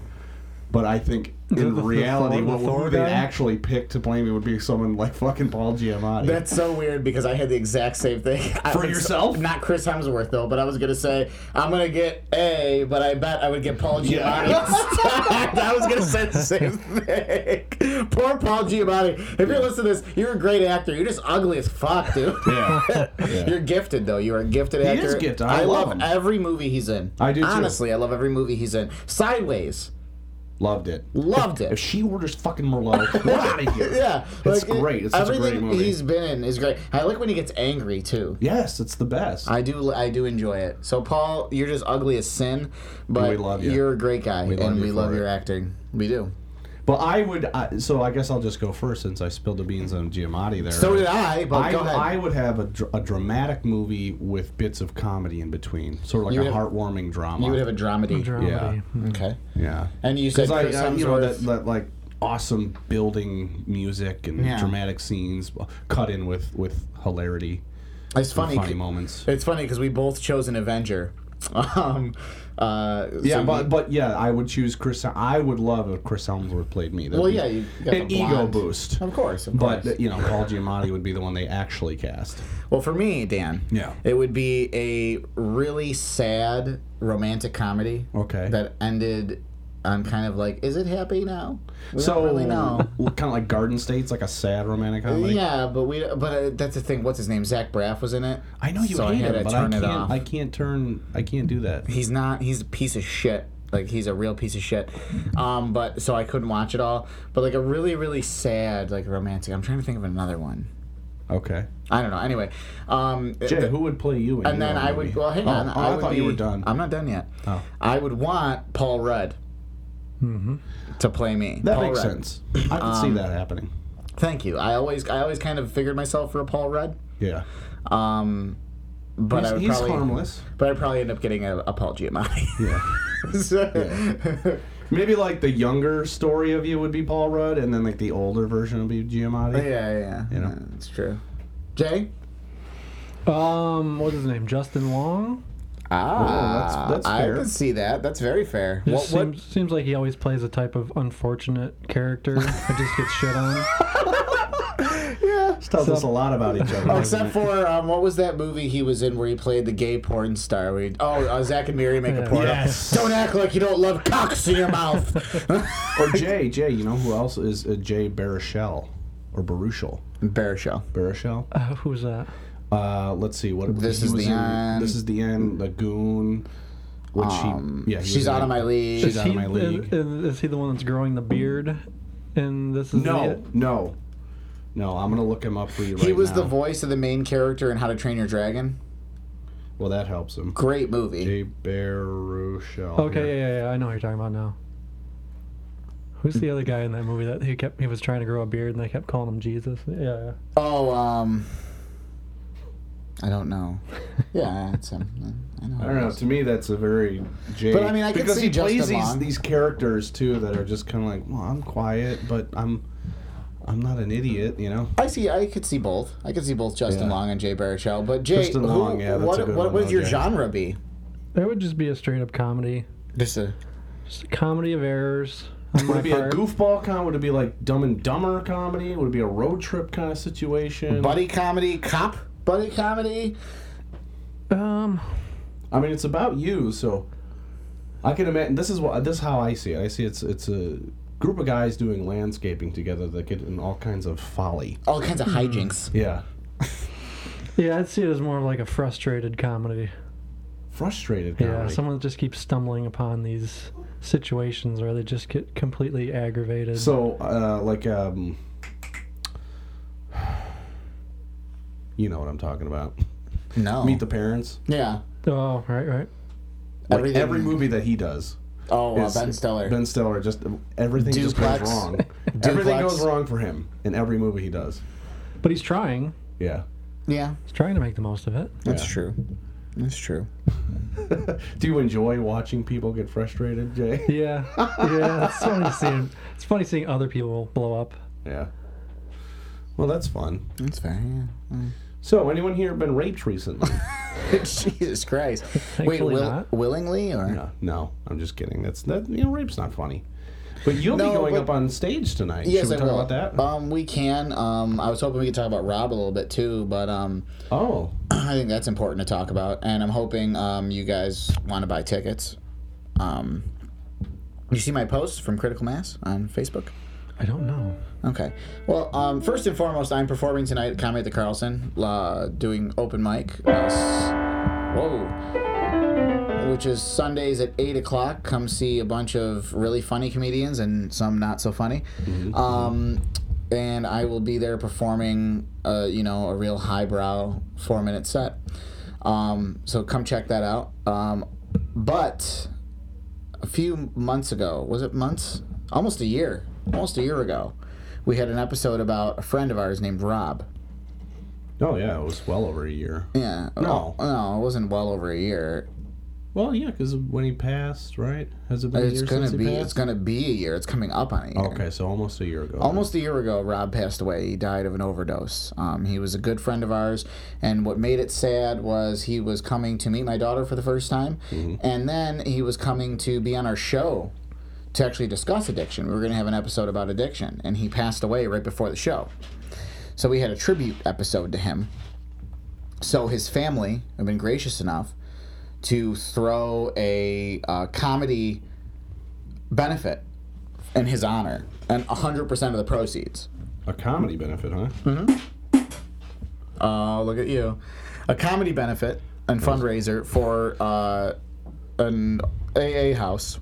S5: but I think in
S7: the- the
S5: reality,
S7: Thor-
S5: what
S7: the Thor
S5: who they'd
S7: guy?
S5: actually pick to play me would be someone like fucking Paul Giamatti.
S6: That's so weird because I had the exact same thing. *laughs* I
S5: For
S6: was-
S5: yourself?
S6: Not Chris Hemsworth though, but I was gonna say I'm gonna get A, but I bet I would get Paul Giamatti.
S5: Yeah. *laughs*
S6: instead. *laughs* I was gonna say the same thing. Poor Paul Giamatti. If you're listening to this, you're a great actor. You're just ugly as fuck, dude.
S5: *laughs* yeah.
S6: *laughs* You're gifted though. You're a gifted actor.
S5: is gifted. I love
S6: love
S5: him.
S6: every movie he's in.
S5: I do, too.
S6: Honestly, I love every movie he's in. Sideways,
S5: Loved it.
S6: loved
S5: If
S6: it.
S5: she were just fucking Merlot, we're out of here.
S6: yeah,
S5: It's
S6: like, it-
S5: great. It's such a
S6: everything
S5: great movie.
S6: he's been in is great. I like when he gets angry too.
S5: Yes, it's the best.
S6: I do. I do enjoy it. So Paul, you're just ugly as sin, but
S5: We love you.
S6: are a great guy,
S5: love
S6: and
S5: you
S6: we
S5: for
S6: love
S5: it.
S6: your acting. We do.
S5: but I would. I, so I guess I'll just go first since I spilled the beans on Giamatti there.
S6: So did I. But
S5: I,
S6: go ahead.
S5: I would have a, dr- a dramatic movie with bits of comedy in between, sort of like
S6: You
S5: a
S6: would have-
S5: heartwarming drama.
S6: you would have a dramedy.
S7: Dramedy.
S6: Okay.
S5: yeah,
S6: And you said
S5: because I,
S6: Chris
S5: I- you know that,
S6: Hemsworth.
S5: that like awesome building music and
S6: Yeah.
S5: dramatic scenes uh, cut in with with hilarity,
S6: it's
S5: funny,
S6: funny.
S5: funny moments.
S6: It's funny because we both chose an Avenger. *laughs* Um, uh,
S5: Yeah,
S6: so we-
S5: but but yeah, I would choose Chris. I would love if Chris Helmsworth played me. That'd
S6: Well,
S5: be
S6: yeah, you got
S5: an
S6: the
S5: ego
S6: blonde.
S5: boost.
S6: Of course, of course.
S5: But you know, Paul Giamatti would be the one they actually cast.
S6: well, for me, Dan,
S5: Yeah.
S6: it would be a really sad romantic comedy.
S5: Okay.
S6: That ended on kind of like, is it happy now? We
S5: so
S6: don't really
S5: *laughs*
S6: know.
S5: kind of like Garden State's like a sad romantic comedy.
S6: yeah, but we but uh, that's the thing. What's his name? Zach Braff was in it.
S5: I know you
S6: so
S5: hate
S6: I had
S5: him,
S6: to
S5: but I
S6: turn
S5: can't.
S6: it off.
S5: I can't turn. I can't do that.
S6: he's not he's a piece of shit like he's a real piece of shit um but so i couldn't watch it all but like a really really sad like romantic i'm trying to think of another one
S5: Okay.
S6: I don't know. Anyway, um,
S5: Jay, who would play you? In
S6: and then I would. Well, hang on.
S5: Oh,
S6: I,
S5: I,
S6: would
S5: thought
S6: be,
S5: you were done.
S6: I'm not done yet.
S5: Oh. Mm-hmm.
S6: I would want Paul Rudd to play me.
S5: that
S6: Paul
S5: makes
S6: Rudd.
S5: sense. I can
S6: Um,
S5: see that happening.
S6: Thank you. I always, I always kind of figured myself for a Paul Rudd, Um,
S5: Yeah.
S6: but I
S5: he's
S6: would
S5: he's
S6: probably,
S5: harmless.
S6: But I probably end up getting a, a Paul Giamatti. *laughs*
S5: Yeah.
S6: So-
S5: Maybe like the younger story of you would be Paul Rudd, and then like the older version would be Giamatti.
S6: yeah, yeah,
S5: You know.
S6: yeah. It's true. Jay.
S7: Um, what's his name? Justin Long.
S6: Ah,
S5: that's- that's fair.
S6: I could see that. That's very fair.
S7: Just
S6: What, what
S7: seems, seems like he always plays a type of unfortunate character that just gets
S5: *laughs*
S7: shit on.
S5: This tells us a lot about each other.
S6: Oh, *laughs*
S5: doesn't
S6: except
S5: it?
S6: for um, what was that movie he was in where he played the gay porn star? Where he, oh, uh, Zach and Mary make a porno.
S5: Yes.
S6: Don't act like you don't love cocks in your mouth.
S5: or Jay, Jay, you know who else is uh, Jay Baruchel or Baruchel?
S6: *laughs* Bear show.
S5: Baruchel.
S7: Uh, who's that?
S5: Uh, let's see what
S6: This
S5: he
S6: is
S5: was
S6: the
S5: in-
S6: end.
S5: This is the end. The goon. Which he, yeah, he was
S6: Um, She's
S5: in
S6: out of my league.
S5: She's
S7: Is
S5: out of
S7: he-
S5: my league.
S7: Is, is he the one that's growing the beard? And this is
S5: no, no, no. I'm gonna look him up for you.
S6: he
S5: right
S6: was the
S5: now.
S6: voice of the main character in How to Train Your Dragon.
S5: Well, that helps him.
S6: Great movie.
S5: Jay Baruchel.
S7: The, okay, yeah, yeah, yeah. I know what you're talking about now. Who's the other guy in that movie that he kept? He was trying to grow a beard, and they kept calling him Jesus. Yeah, yeah.
S6: Oh, um, I don't know. Yeah, it's him. I know.
S5: I don't know. To me, that's a very Jay.
S6: But, I mean, I could
S5: because
S6: see
S5: he plays
S6: Justin
S5: these,
S6: Long.
S5: these characters too that are just kind of like, well, I'm quiet, but I'm I'm not an idiot, you know.
S6: I see. I could see both. I could see both Justin
S5: Yeah.
S6: Long and Jay Baruchel. But Jay,
S5: Justin
S6: who-
S5: Long, yeah, that's
S6: what,
S5: a good
S6: what
S5: one,
S6: would
S5: though,
S6: your
S5: Jay.
S6: genre be?
S7: That would just be a straight up comedy,
S6: Just a
S7: just a comedy of errors. On
S5: Would
S7: my
S5: it be
S7: part.
S5: a goofball comedy? Would it be like Dumb and Dumber comedy? Would it be a road trip kind of situation?
S6: buddy comedy, cop buddy comedy.
S7: Um,
S5: I mean, it's about you, so I can imagine. This is what this is how I see it. I see it's it's a group of guys doing landscaping together that get in all kinds of folly.
S6: all kinds of hijinks.
S5: Yeah,
S7: yeah, I'd see it as more of like a frustrated comedy.
S5: frustrated
S7: Yeah,
S5: comedy.
S7: someone that just keeps stumbling upon these situations where they just get completely aggravated.
S5: So, uh, like, um, *sighs* you know what I'm talking about.
S6: No.
S5: Meet the Parents.
S6: yeah.
S7: oh, right, right.
S5: Like
S6: Everything-
S5: every movie that he does.
S6: Oh, uh,
S5: is-
S6: Ben Stiller.
S5: Ben Stiller. Just uh, everything just
S6: Duplex.
S5: goes wrong. everything
S6: *laughs* Duplex.
S5: goes wrong for him in every movie he does.
S7: But he's trying.
S5: Yeah.
S6: yeah,
S7: He's trying to make the most of it.
S6: that's
S5: Yeah.
S6: true. That's true.
S5: Do you enjoy watching people get frustrated, Jay?
S7: *laughs* Yeah, yeah. It's funny seeing. It's funny seeing other people blow up.
S5: Yeah. Well, that's fun.
S6: That's fair.
S5: *laughs*
S6: Yeah.
S5: So, anyone here been raped recently?
S6: *laughs* Jesus Christ. Wait,
S7: Thankfully
S6: will,
S7: not.
S6: willingly or?
S5: no, no, I'm just kidding. That's that. You know, rape's not funny. But you'll
S6: No,
S5: be going
S6: but-
S5: up on stage tonight.
S6: Yes,
S5: Should we
S6: I
S5: talk
S6: will.
S5: about that?
S6: Um, we can. Um, I was hoping we could talk about Rob a little bit too, but um,
S5: oh,
S6: I think that's important to talk about, and I'm hoping um, you guys want to buy tickets. Um, you see my post from Critical Mass on Facebook.
S7: I don't know.
S6: Okay. Well, um, first and foremost, I'm performing tonight at Comedy at the Carlson, uh, doing open mic. Uh, s- whoa. Which is Sundays at 8 o'clock. Come see a bunch of really funny comedians and some not so funny. Um, and I will be there performing, uh, you know, a real highbrow four minute set. Um, so come check that out. Um, but a few months ago, was it months? Almost a year, almost a year ago, we had an episode about a friend of ours named Rob.
S5: oh yeah, it was well over a year.
S6: Yeah. Oh,
S5: No.
S6: no, it wasn't well over a year.
S5: Well, yeah, because when he passed, right? Has it been a
S6: It's
S5: year
S6: gonna
S5: since
S6: be.
S5: he
S6: It's
S5: passed?
S6: gonna be a year. It's coming up on a year.
S5: Okay, so almost a year ago.
S6: Almost a year ago, Rob passed away. He died of an overdose. Um, he was a good friend of ours, and what made it sad was he was coming to meet my daughter for the first time, and then he was coming to be on our show to actually discuss addiction. We were going to have an episode about addiction, and he passed away right before the show. So we had a tribute episode to him. So his family have been gracious enough to throw a uh, comedy benefit in his honor and 100% of the proceeds.
S5: a comedy benefit, huh?
S6: Hmm. Oh, look at you. A comedy benefit and fundraiser for uh, an AA house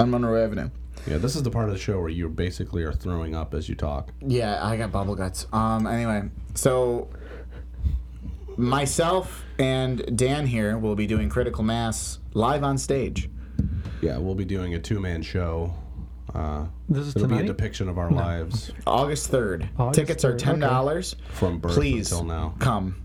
S6: on Monroe Avenue.
S5: Yeah, this is the part of the show where you basically are throwing up as you talk.
S6: Yeah, I got bubble guts. Um, anyway, so myself and Dan here will be doing Critical Mass live on stage.
S5: Yeah, we'll be doing a two-man show. Uh,
S7: This is
S5: it'll be a
S7: tonight?
S5: depiction of our lives
S6: August 3rd.
S7: August
S6: Tickets are
S7: 3rd,
S6: $10.
S5: from birth
S6: Please
S5: until now.
S6: come.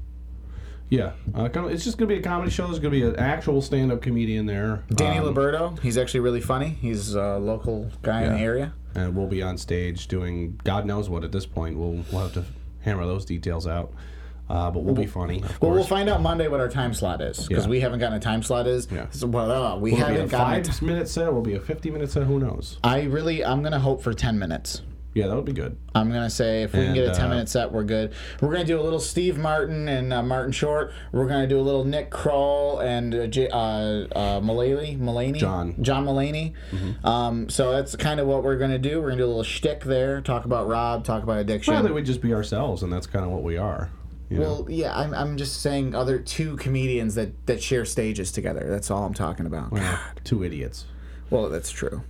S5: Yeah, uh, come- it's just gonna be a comedy show. There's gonna be an actual stand-up comedian there,
S6: Danny
S5: um,
S6: Liberto, he's actually really funny. He's a local guy in the
S5: Yeah.
S6: area.
S5: and we'll be on stage doing God knows what at this point. We'll we'll have to hammer those details out, uh, but we'll be funny. Of
S6: Well, we'll
S5: course.
S6: find out Monday what our time slot is because
S5: Yeah.
S6: we haven't gotten a time slot is.
S5: Yeah.
S6: So, well, uh, we
S5: Will it be a
S6: haven't gotten. a ti-
S5: five-minute set? Will it be a fifty-minute set? Who knows?
S6: I really, I'm gonna hope for 10 minutes.
S5: Yeah, that would be good.
S6: I'm gonna say if we
S5: And,
S6: can get a
S5: uh,
S6: 10 minute set, we're good. We're gonna do a little Steve Martin and uh, Martin Short. We're gonna do a little Nick Kroll and uh, J- uh, uh, Mulaney, Mulaney,
S5: John. Mm-hmm.
S6: John Mulaney. Um, so that's kind of what we're gonna do. We're gonna do a little shtick there. Talk about Rob. Talk about addiction.
S5: Rather, we just be ourselves, and that's kind of what we are. You know?
S6: well, yeah, I'm, I'm just saying other two comedians that, that share stages together. That's all I'm talking about.
S5: two idiots.
S6: Well, that's true.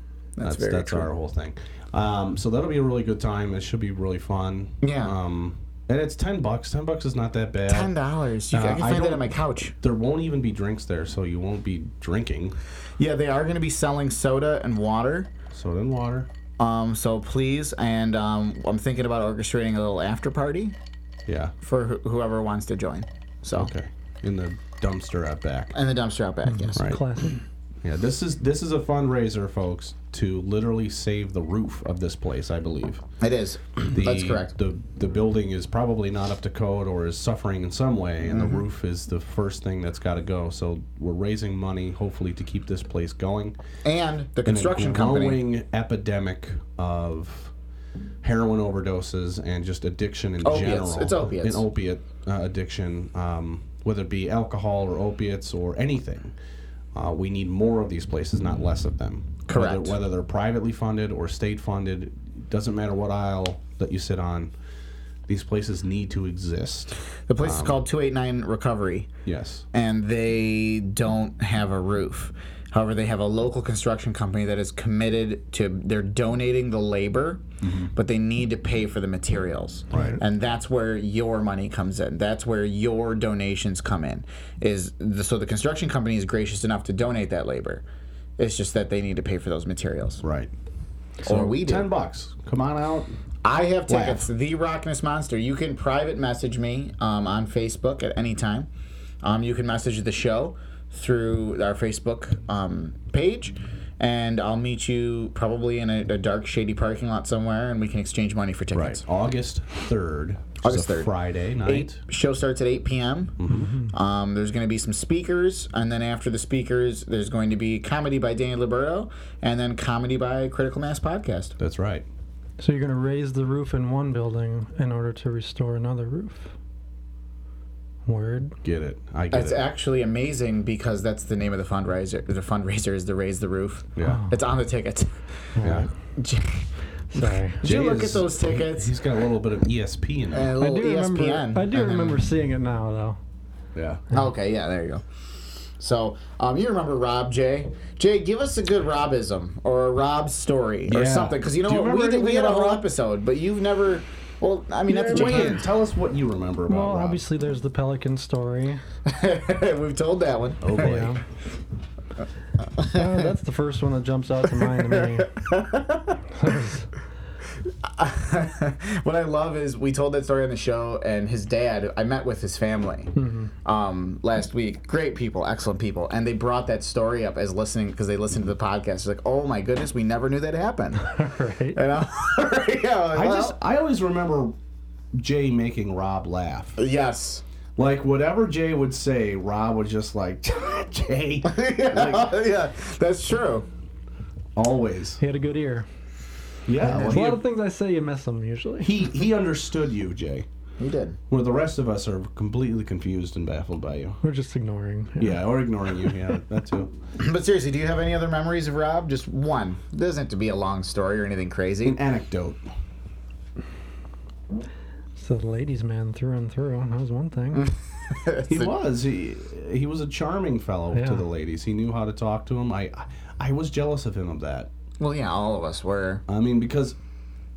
S5: That's
S6: That's, very
S5: that's,
S6: true.
S5: our whole thing. Um, so that'll be a really good time. It should be really fun.
S6: Yeah.
S5: Um, and it's ten bucks. Ten bucks is not that bad.
S6: Ten dollars. You
S5: Uh,
S6: I can
S5: I
S6: find that
S5: don't-
S6: on my couch.
S5: There won't even be drinks there, so you won't be drinking
S6: Yeah, they are going to be selling soda and water.
S5: soda and water.
S6: Um, so please, and um, I'm thinking about orchestrating a little after party
S5: Yeah.
S6: for wh- whoever wants to join. So
S5: Okay. In the dumpster out back.
S6: and the dumpster out back. Yes.
S5: Right.
S7: Classic.
S5: Yeah. This is this is a fundraiser, folks, to literally save the roof of this place. I believe.
S6: It is.
S5: The,
S6: That's correct.
S5: The the building is probably not up to code or is suffering in some way, and
S6: Mm-hmm.
S5: the roof is the first thing that's got to go. So we're raising money, hopefully, to keep this place going.
S6: and the
S5: in
S6: construction
S5: a
S6: company.
S5: growing epidemic of heroin overdoses and just addiction in
S6: Opiates.
S5: general.
S6: It's opiates.
S5: And opiate uh, addiction, um, whether it be alcohol or opiates or anything. Uh, we need more of these places, not less of them.
S6: Correct.
S5: Whether, whether they're privately funded or state funded, doesn't matter what aisle that you sit on. These places need to exist.
S6: The place is
S5: um,
S6: called 289 Recovery.
S5: Yes.
S6: and they don't have a roof. However, they have a local construction company that is committed to they're donating the labor, but they need to pay for the materials.
S5: Right.
S6: And that's where your money comes in. That's where your donations come in. Is the, so the construction company is gracious enough to donate that labor. It's just that they need to pay for those materials.
S5: Right.
S6: or we do.
S5: Ten bucks. Come on out.
S6: I have tickets. The Rockness Monster. You can private message me um, on Facebook at any time. Um, you can message the show through our Facebook um, page, and I'll meet you probably in a, a dark, shady parking lot somewhere, and we can exchange money for
S5: Right.
S6: tickets.
S5: August third.
S6: August 3rd.
S5: Friday night.
S6: Eight, show starts at 8 p.m. Um, there's going to be some speakers, and then after the speakers, there's going to be comedy by Danny Liberto, and then comedy by Critical Mass Podcast.
S5: That's right.
S7: So you're gonna raise the roof in one building in order to restore another roof. Word.
S5: Get it. I get
S6: It's
S5: it.
S6: actually amazing because that's the name of the fundraiser. The fundraiser is to raise the roof.
S5: yeah.
S6: It's on the tickets. *laughs*
S5: yeah.
S6: Did
S7: *laughs* *laughs* Sorry.
S6: you
S5: Jay
S6: look at
S5: is-
S6: those tickets?
S5: He's got a little bit of ESP in
S6: And
S5: there.
S6: a
S7: I
S6: little
S7: do
S6: ESPN.
S7: remember. I do
S6: and then-
S7: remember seeing it now though.
S5: Yeah.
S6: Okay, yeah, there you go. So, um, you remember Rob Jay? Jay, give us a good Robism or a Rob story or
S5: Yeah.
S6: something, because you know
S5: Do you
S6: what? we
S5: remember
S6: did, we
S5: anything
S6: had a
S5: about
S6: whole
S5: Rob?
S6: episode, but you've never. Well, I mean, that's
S5: Wait,
S6: Jay.
S5: tell us what you remember about
S7: Well,
S5: Rob.
S7: obviously there's the pelican story.
S6: *laughs* We've told that one.
S5: Oh boy.
S7: Yeah. *laughs* Uh, that's the first one that jumps out to mind to me.
S6: *laughs* What I love is we told that story on the show, and his dad. I met with his family um, last week. Great people, excellent people, and they brought that story up as listening because they listened to the podcast. It's like, oh my goodness, we never knew that *laughs* happened.
S7: *laughs* right.
S6: You know? *laughs* yeah, like,
S5: I
S6: well,
S5: just I always remember Jay making Rob laugh.
S6: yes. *laughs*
S5: Like whatever Jay would say, Rob would just like *laughs* Jay. Like
S6: yeah, that's true.
S5: always.
S7: He had a good ear.
S5: Yeah.
S7: A lot of
S5: well,
S7: things I say you miss them usually.
S5: he, he he understood you, Jay.
S6: You did.
S5: Where the rest of us are completely confused and baffled by you.
S7: *laughs* We're just ignoring.
S5: Yeah, or ignoring you. Yeah, that too.
S6: *clears throat* But seriously, do you have any other memories of Rob? Just one. It doesn't have to be a long story or anything crazy.
S5: An anecdote.
S7: It's the ladies' man through and through. That was one *laughs* thing.
S6: *laughs*
S5: He was. He he was a charming fellow
S7: Yeah.
S5: to the ladies. He knew how to talk to them. I I was jealous of him of that.
S6: Well, yeah, all of us were.
S5: I mean, because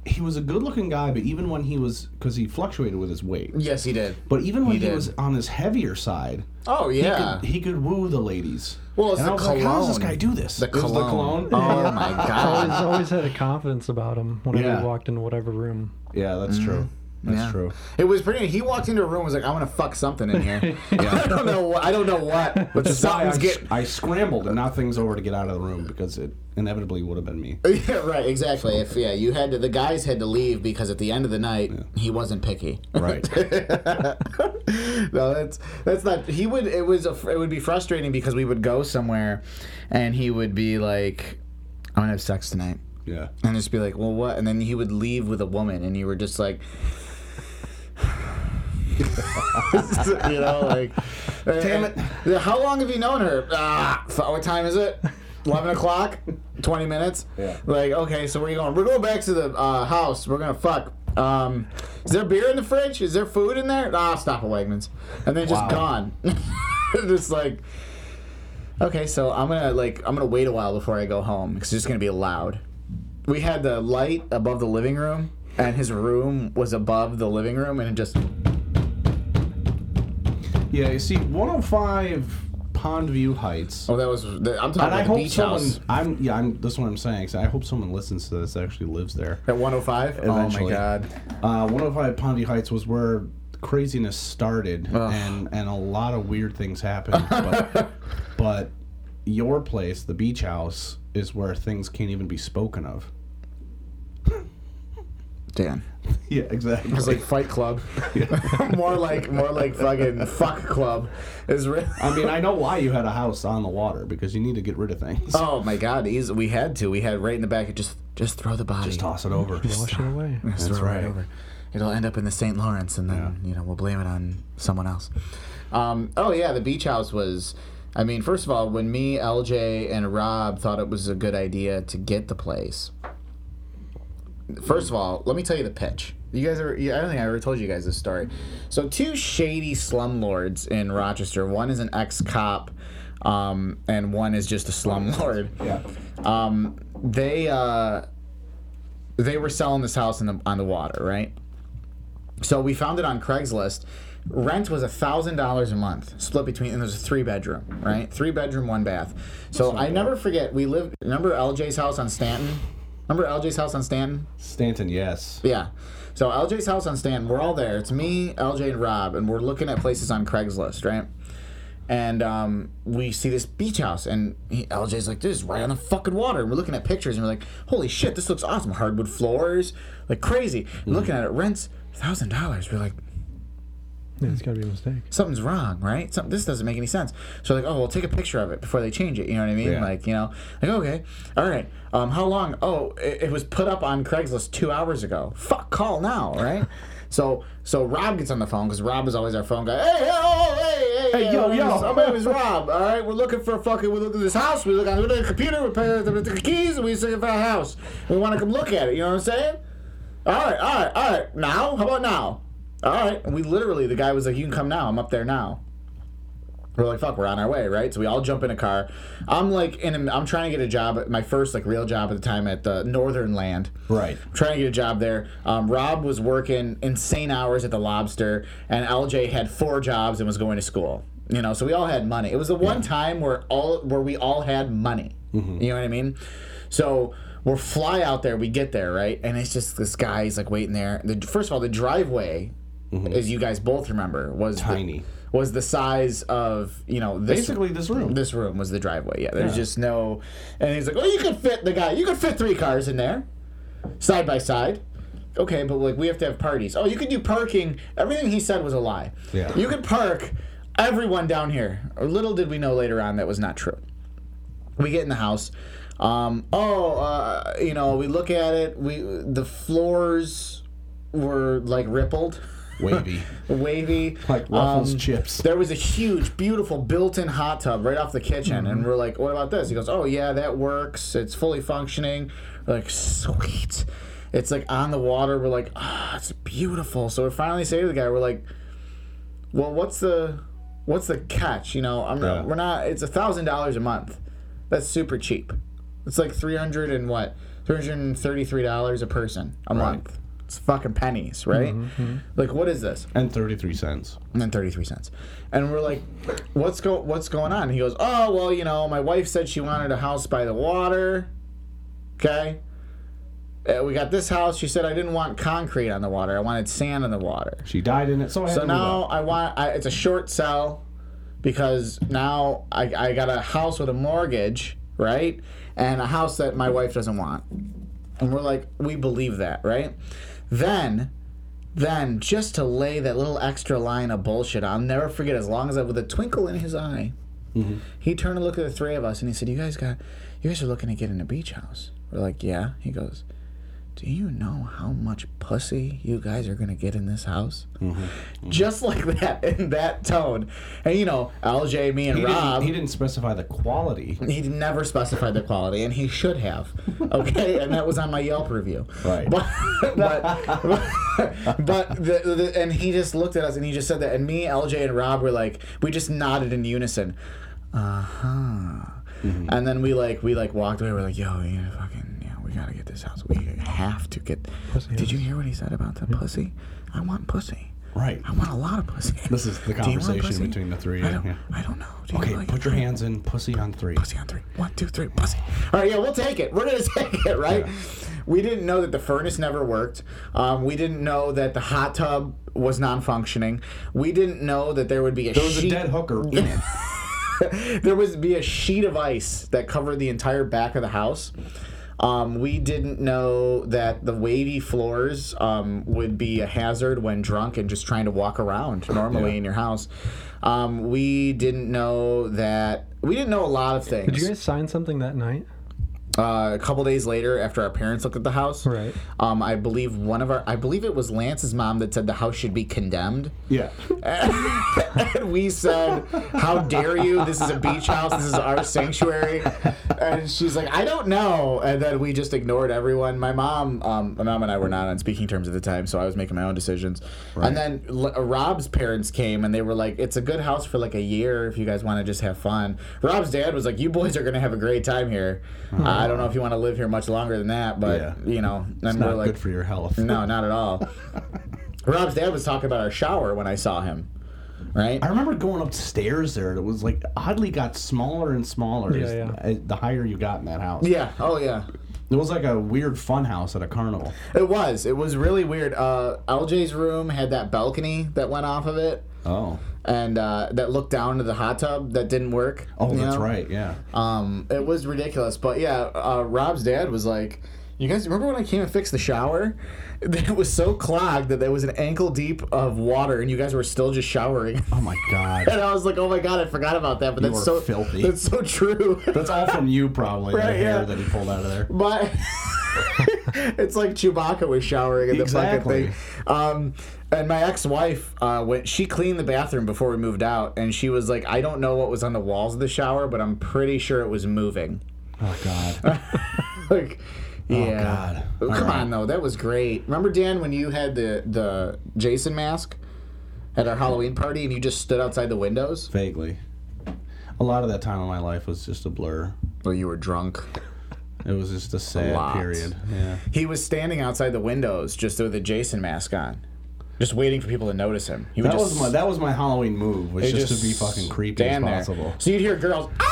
S5: he was a good-looking guy, but even when he was, because he fluctuated with his weight.
S6: Yes, he did.
S5: But even when
S6: He
S5: he,
S6: did.
S5: was on his heavier side,
S6: Oh
S5: he,
S6: yeah.
S5: could, he could woo the ladies.
S6: Well, it's
S5: and
S6: the
S5: I was like, how does this
S6: cologne.
S5: guy do this?
S6: the
S5: It was
S6: cologne.
S5: the cologne.
S6: Oh *laughs* my
S7: Always,
S6: god.
S7: always had a confidence about him whenever
S5: Yeah.
S7: he walked into whatever room.
S5: Yeah, that's true. That's
S6: Oh. Mm. Yeah.
S5: true.
S6: It was pretty. He walked into a room and was like, "I'm gonna fuck something
S5: *laughs*
S6: in here." I don't know. What, I don't know what. But
S5: I,
S6: something's get.
S5: I scrambled and knocked things over to get out of the room because it inevitably would have been
S6: *laughs*
S5: me.
S6: Yeah, right. Exactly. If yeah, you had to, the guys had to leave because at the end of the night he wasn't picky.
S5: Right.
S6: *laughs* no, that's that's not. He would. It was. A, it would be frustrating because we would go somewhere, and he would be like, "I'm gonna have sex tonight,"
S5: Yeah.
S6: and just be like, "Well, what?" And then he would leave with a woman, and you were just like. *laughs* you know, like,
S5: Damn it.
S6: Yeah, How long have you known her? Ah, so what time is it? Eleven o'clock. Twenty minutes.
S5: Yeah.
S6: Like, okay, so where you going? We're going back to the uh, house. We're gonna fuck. Um, is there beer in the fridge? Is there food in there? Ah, stop at Wegmans, and then just gone. *laughs* just like, okay, so I'm gonna like I'm gonna wait a while before I go home because it's gonna be loud. We had the light above the living room, and his room was above the living room, and it just
S5: Yeah, you see, 105 Pond View Heights.
S6: Oh, that was. The, I'm talking
S5: And
S6: about
S5: I
S6: the
S5: hope
S6: beach
S5: someone.
S6: house
S5: I'm yeah. I'm. That's what I'm saying. 'cause I hope someone listens to this. Actually, lives there.
S6: at 105. Oh my
S5: Eventually.
S6: god.
S5: Uh, 105 Pond View Heights was where craziness started, and and a lot of weird things
S6: *laughs*
S5: happened. But, but your place, the beach house, is where things can't even be spoken of.
S6: Dan.
S5: Yeah, exactly.
S6: It's like Fight Club. *laughs* more like more like fucking Fuck Club. Is re-
S5: *laughs* I mean, I know why you had a house on the water because you need to get rid of things.
S6: Oh my god. Easy. We had to. We had right in the back. Just just throw the body.
S5: Just toss it over.
S7: Wash it *laughs* away.
S6: *laughs* Just
S5: That's
S6: throw it
S5: right.
S6: over. It'll end up in the St. Lawrence, and then you know we'll blame it on someone else. Um, oh yeah, the beach house was. I mean, first of all, when me, LJ, and Rob thought it was a good idea to get the place. First of all, let me tell you the pitch. You guys ever? yeah, I don't think I ever told you guys this story. So, two shady slumlords in Rochester. One is an ex-cop, um, and one is just a slumlord.
S5: Yeah.
S6: Um, they uh, they were selling this house in the, on the water, right? So we found it on Craigslist. Rent was a thousand dollars a month, split between, and there's a three bedroom, right? Three bedroom, one bath. So I never forget. We lived. Remember LJ's house on Stanton? Remember LJ's house on Stanton?
S5: Stanton, yes.
S6: Yeah. So LJ's house on Stanton, we're all there. It's me, LJ, and Rob, and we're looking at places on Craigslist, right? And um, we see this beach house, and he, LJ's like, "This is right on the fucking water." And we're looking at pictures, and we're like, "Holy shit, this looks awesome! Hardwood floors, like crazy." And Looking at it, rents thousand dollars. We're like,
S7: Yeah, it's got to be a mistake.
S6: something's wrong, right? Something, this doesn't make any sense. So like, oh, well, take a picture of it before they change it. You know what I mean?
S5: Yeah.
S6: Like, you know, like okay, all right. Um, how long? Oh, it, it was put up on Craigslist two hours ago. Fuck, call now, right? *laughs* so so Rob gets on the phone because Rob is always our phone guy. Hey, hey, oh, hey, hey,
S5: Hey, yo,
S6: my name
S5: yo.
S6: is- My name is Rob. All right, we're looking for a fucking. We look at this house. We look on the computer. We pay the, the keys. and We look for a house. We want to come look at it. You know what I'm saying? All right, all right, all right. Now? How about now? All right. And we literally, the guy was like, you can come now. I'm up there now. We're like, fuck, we're on our way, right? So we all jump in a car. I'm like, in a, I'm trying to get a job, at my first like real job at the time at the Northern Land.
S5: Right.
S6: I'm trying to get a job there. Um, Rob was working insane hours at the Lobster, and LJ had four jobs and was going to school. You know, so we all had money. It was the one time where all where we all had money. You know what I mean? So we're fly out there. We get there right, and it's just this guy. He's like waiting there. The, first of all, the driveway, as you guys both remember, was
S5: Tiny.
S6: The, was the size of you know this
S5: Basically this room.
S6: This room was the driveway. Yeah, there's just no. And he's like, "Oh, you could fit the guy. You could fit three cars in there, side by side." Okay, but like we have to have parties. Oh, you could do parking. Everything he said was a lie.
S5: Yeah.
S6: You could park everyone down here. Little did we know later on that was not true. We get in the house. Um, oh, uh, you know, we look at it. We the floors were like rippled, *laughs*
S5: Wavy.
S6: wavy.
S5: Like Ruffles
S6: Um,
S5: chips.
S6: there was a huge, beautiful built-in hot tub right off the kitchen, and
S5: Mm-hmm.
S6: we're like, "What about this?" He goes, "Oh yeah, that works. It's fully functioning." We're like, "Sweet." It's like on the water. We're like, "Ah, it's beautiful." So we finally say to the guy, "We're like, well, what's the, what's the catch? You know, I'm
S5: Yeah.
S6: we're not. It's a thousand dollars a month. That's super cheap." It's like three hundred and what? Three hundred and thirty-three dollars a person a month. It's fucking pennies, right?
S5: Mm-hmm.
S6: Like, what is this?
S5: and 33 cents.
S6: and then 33 cents and we're like what's go what's going on and he goes oh well you know my wife said she wanted a house by the water okay Uh, we got this house she said i didn't want concrete on the water i wanted sand on the water
S5: She died in it, so I had
S6: so
S5: to
S6: now
S5: now,
S6: i want I, it's a short sell because now I, I got a house with a mortgage right and a house that my wife doesn't want and we're like we believe that right then then just to lay that little extra line of bullshit, I'll never forget. As long as I, with a twinkle in his eye, he turned and looked at the three of us and he said, "You guys got, you guys are looking to get in a beach house." We're like, "Yeah." He goes, "Do you know how much pussy you guys are gonna get in this house?" Just like that, in that tone, and you know, LJ, me, and
S5: he,
S6: Rob.
S5: didn't, he didn't specify the quality.
S6: He never specified the quality, and he should have. Okay, and that was on my Yelp review.
S5: Right.
S6: But *laughs* but but, but the, the, and he just looked at us and he just said that, and me, LJ, and Rob were like, we just nodded in unison. Uh huh.
S5: Mm-hmm.
S6: And then we like we like walked away. We're like, yo, you know, fucking, yeah, we gotta get this house. We have to get. Did you hear what he said about the pussy? I want pussy.
S5: Right.
S6: I want a lot of pussy.
S5: This is the
S6: *laughs* Do you want
S5: conversation
S6: pussy?
S5: between the three,
S6: I don't,
S5: yeah.
S6: I don't know. Do you
S5: Okay,
S6: like
S5: put
S6: it?
S5: your hands in, pussy on three.
S6: pussy on three. One, two, three, pussy. All right, yeah, we'll take it. We're gonna *laughs* take it, right? We didn't know that the furnace never worked. Um, we didn't know that the hot tub was non-functioning. We didn't know that there would be a
S5: There was a
S6: sheet.
S5: dead hooker in it.
S6: *laughs* there would be a sheet of ice that covered the entire back of the house. Um, we didn't know that the wavy floors um, would be a hazard when drunk and just trying to walk around normally
S5: Yeah.
S6: in your house. Um, we didn't know that. We didn't know a lot of things.
S7: Did you guys sign something that night?
S6: Uh, a couple days later, after our parents looked at the house,
S7: Right.
S6: Um, I believe one of our, I believe it was Lance's mom that said the house should be condemned.
S5: Yeah.
S6: And we said, "How dare you? This is a beach house. This is our sanctuary." And she's like, "I don't know." And then we just ignored everyone. My mom, um, my mom and I were not on speaking terms at the time, so I was making my own decisions. And then L- uh, Rob's parents came, and they were like, "It's a good house for like a year if you guys want to just have fun." Rob's dad was like, "You boys are gonna have a great time here. Uh, I don't know if you want to live here much longer than that, but
S5: Hmm. Yeah.
S6: you know." And
S5: It's
S6: we're
S5: not
S6: like,
S5: good for your health.
S6: "No, not
S5: *laughs*
S6: at all." Rob's dad was talking about our shower when I saw him. Right?
S5: I remember going upstairs there. and It was like oddly got smaller and smaller as,
S7: Yeah, yeah.
S5: as- the higher you got in that house.
S6: Yeah. Oh, yeah.
S5: It was like a weird fun house at a carnival.
S6: It was. It was really weird. Uh, LJ's room had that balcony that went off of it,
S5: Oh.
S6: and uh, that looked down to the hot tub that didn't work.
S5: Oh,
S6: you
S5: that's
S6: know?
S5: right. Yeah.
S6: Um, it was ridiculous. But yeah, uh, Rob's dad was like, "You guys remember when I came and fixed the shower? *laughs* It was so clogged that there was an ankle deep of water, and you guys were still just showering." *laughs*
S5: oh my
S6: And
S5: god.
S6: I was like, "Oh my god, I forgot about that." But
S5: You
S6: that's
S5: are
S6: so
S5: filthy.
S6: That's so
S5: *laughs*
S6: true.
S5: That's all from you probably. the
S6: Right,
S5: hair
S6: yeah.
S5: that he pulled out of there.
S6: But *laughs* it's like Chewbacca was showering in the
S5: Exactly.
S6: fucking thing. Um, and my ex-wife uh, went. She cleaned the bathroom before we moved out, and she was like, "I don't know what was on the walls of the shower, but I'm pretty sure it was moving." *laughs*
S5: Oh god.
S6: like, yeah.
S5: Oh, God. All
S6: Come
S5: right.
S6: on, though. That was great. Remember Dan when you had the the Jason mask at our Halloween party, and you just stood outside the windows?
S5: Vaguely. A lot of that time of my life was just a blur.
S6: Well, you were drunk.
S5: It was just a sad
S6: lot.
S5: period. Yeah.
S6: He was standing outside the windows just with a Jason mask on, just waiting for people to notice him. He would
S5: That
S6: just,
S5: was my that was my Halloween move was
S6: he'd
S5: just, to be fucking creepy as
S6: stand there.
S5: possible.
S6: So you'd hear girls, ah,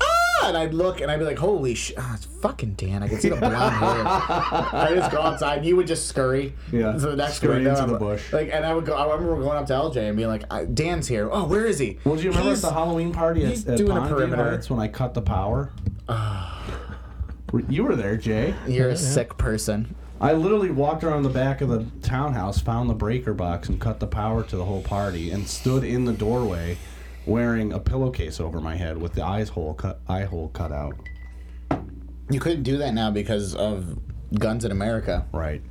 S6: ah, and I'd look and I'd be like, holy shit, ah, it's fucking Dan. I can see the
S5: *laughs*
S6: blonde hair. I just go outside and you would just scurry
S5: Yeah,
S6: to the next
S5: scurry
S6: window.
S5: into the bush.
S6: Like, and I would go. I remember going up to LJ and being like, I- Dan's here. Oh, where is he?
S5: Well, do you remember
S6: He's-
S5: at the Halloween party
S6: he's
S5: at, at
S6: doing a
S5: Pondview
S6: perimeter.
S5: Heights when I cut the
S6: *sighs*
S5: power? Were- you were there, Jay.
S6: You're a sick person.
S5: I literally walked around the back of the townhouse, found the breaker box, and cut the power to the whole party, and stood in the doorway wearing a pillowcase over my head with the eyes hole cut eye hole cut out.
S6: You couldn't do that now because of guns in America.
S5: Right.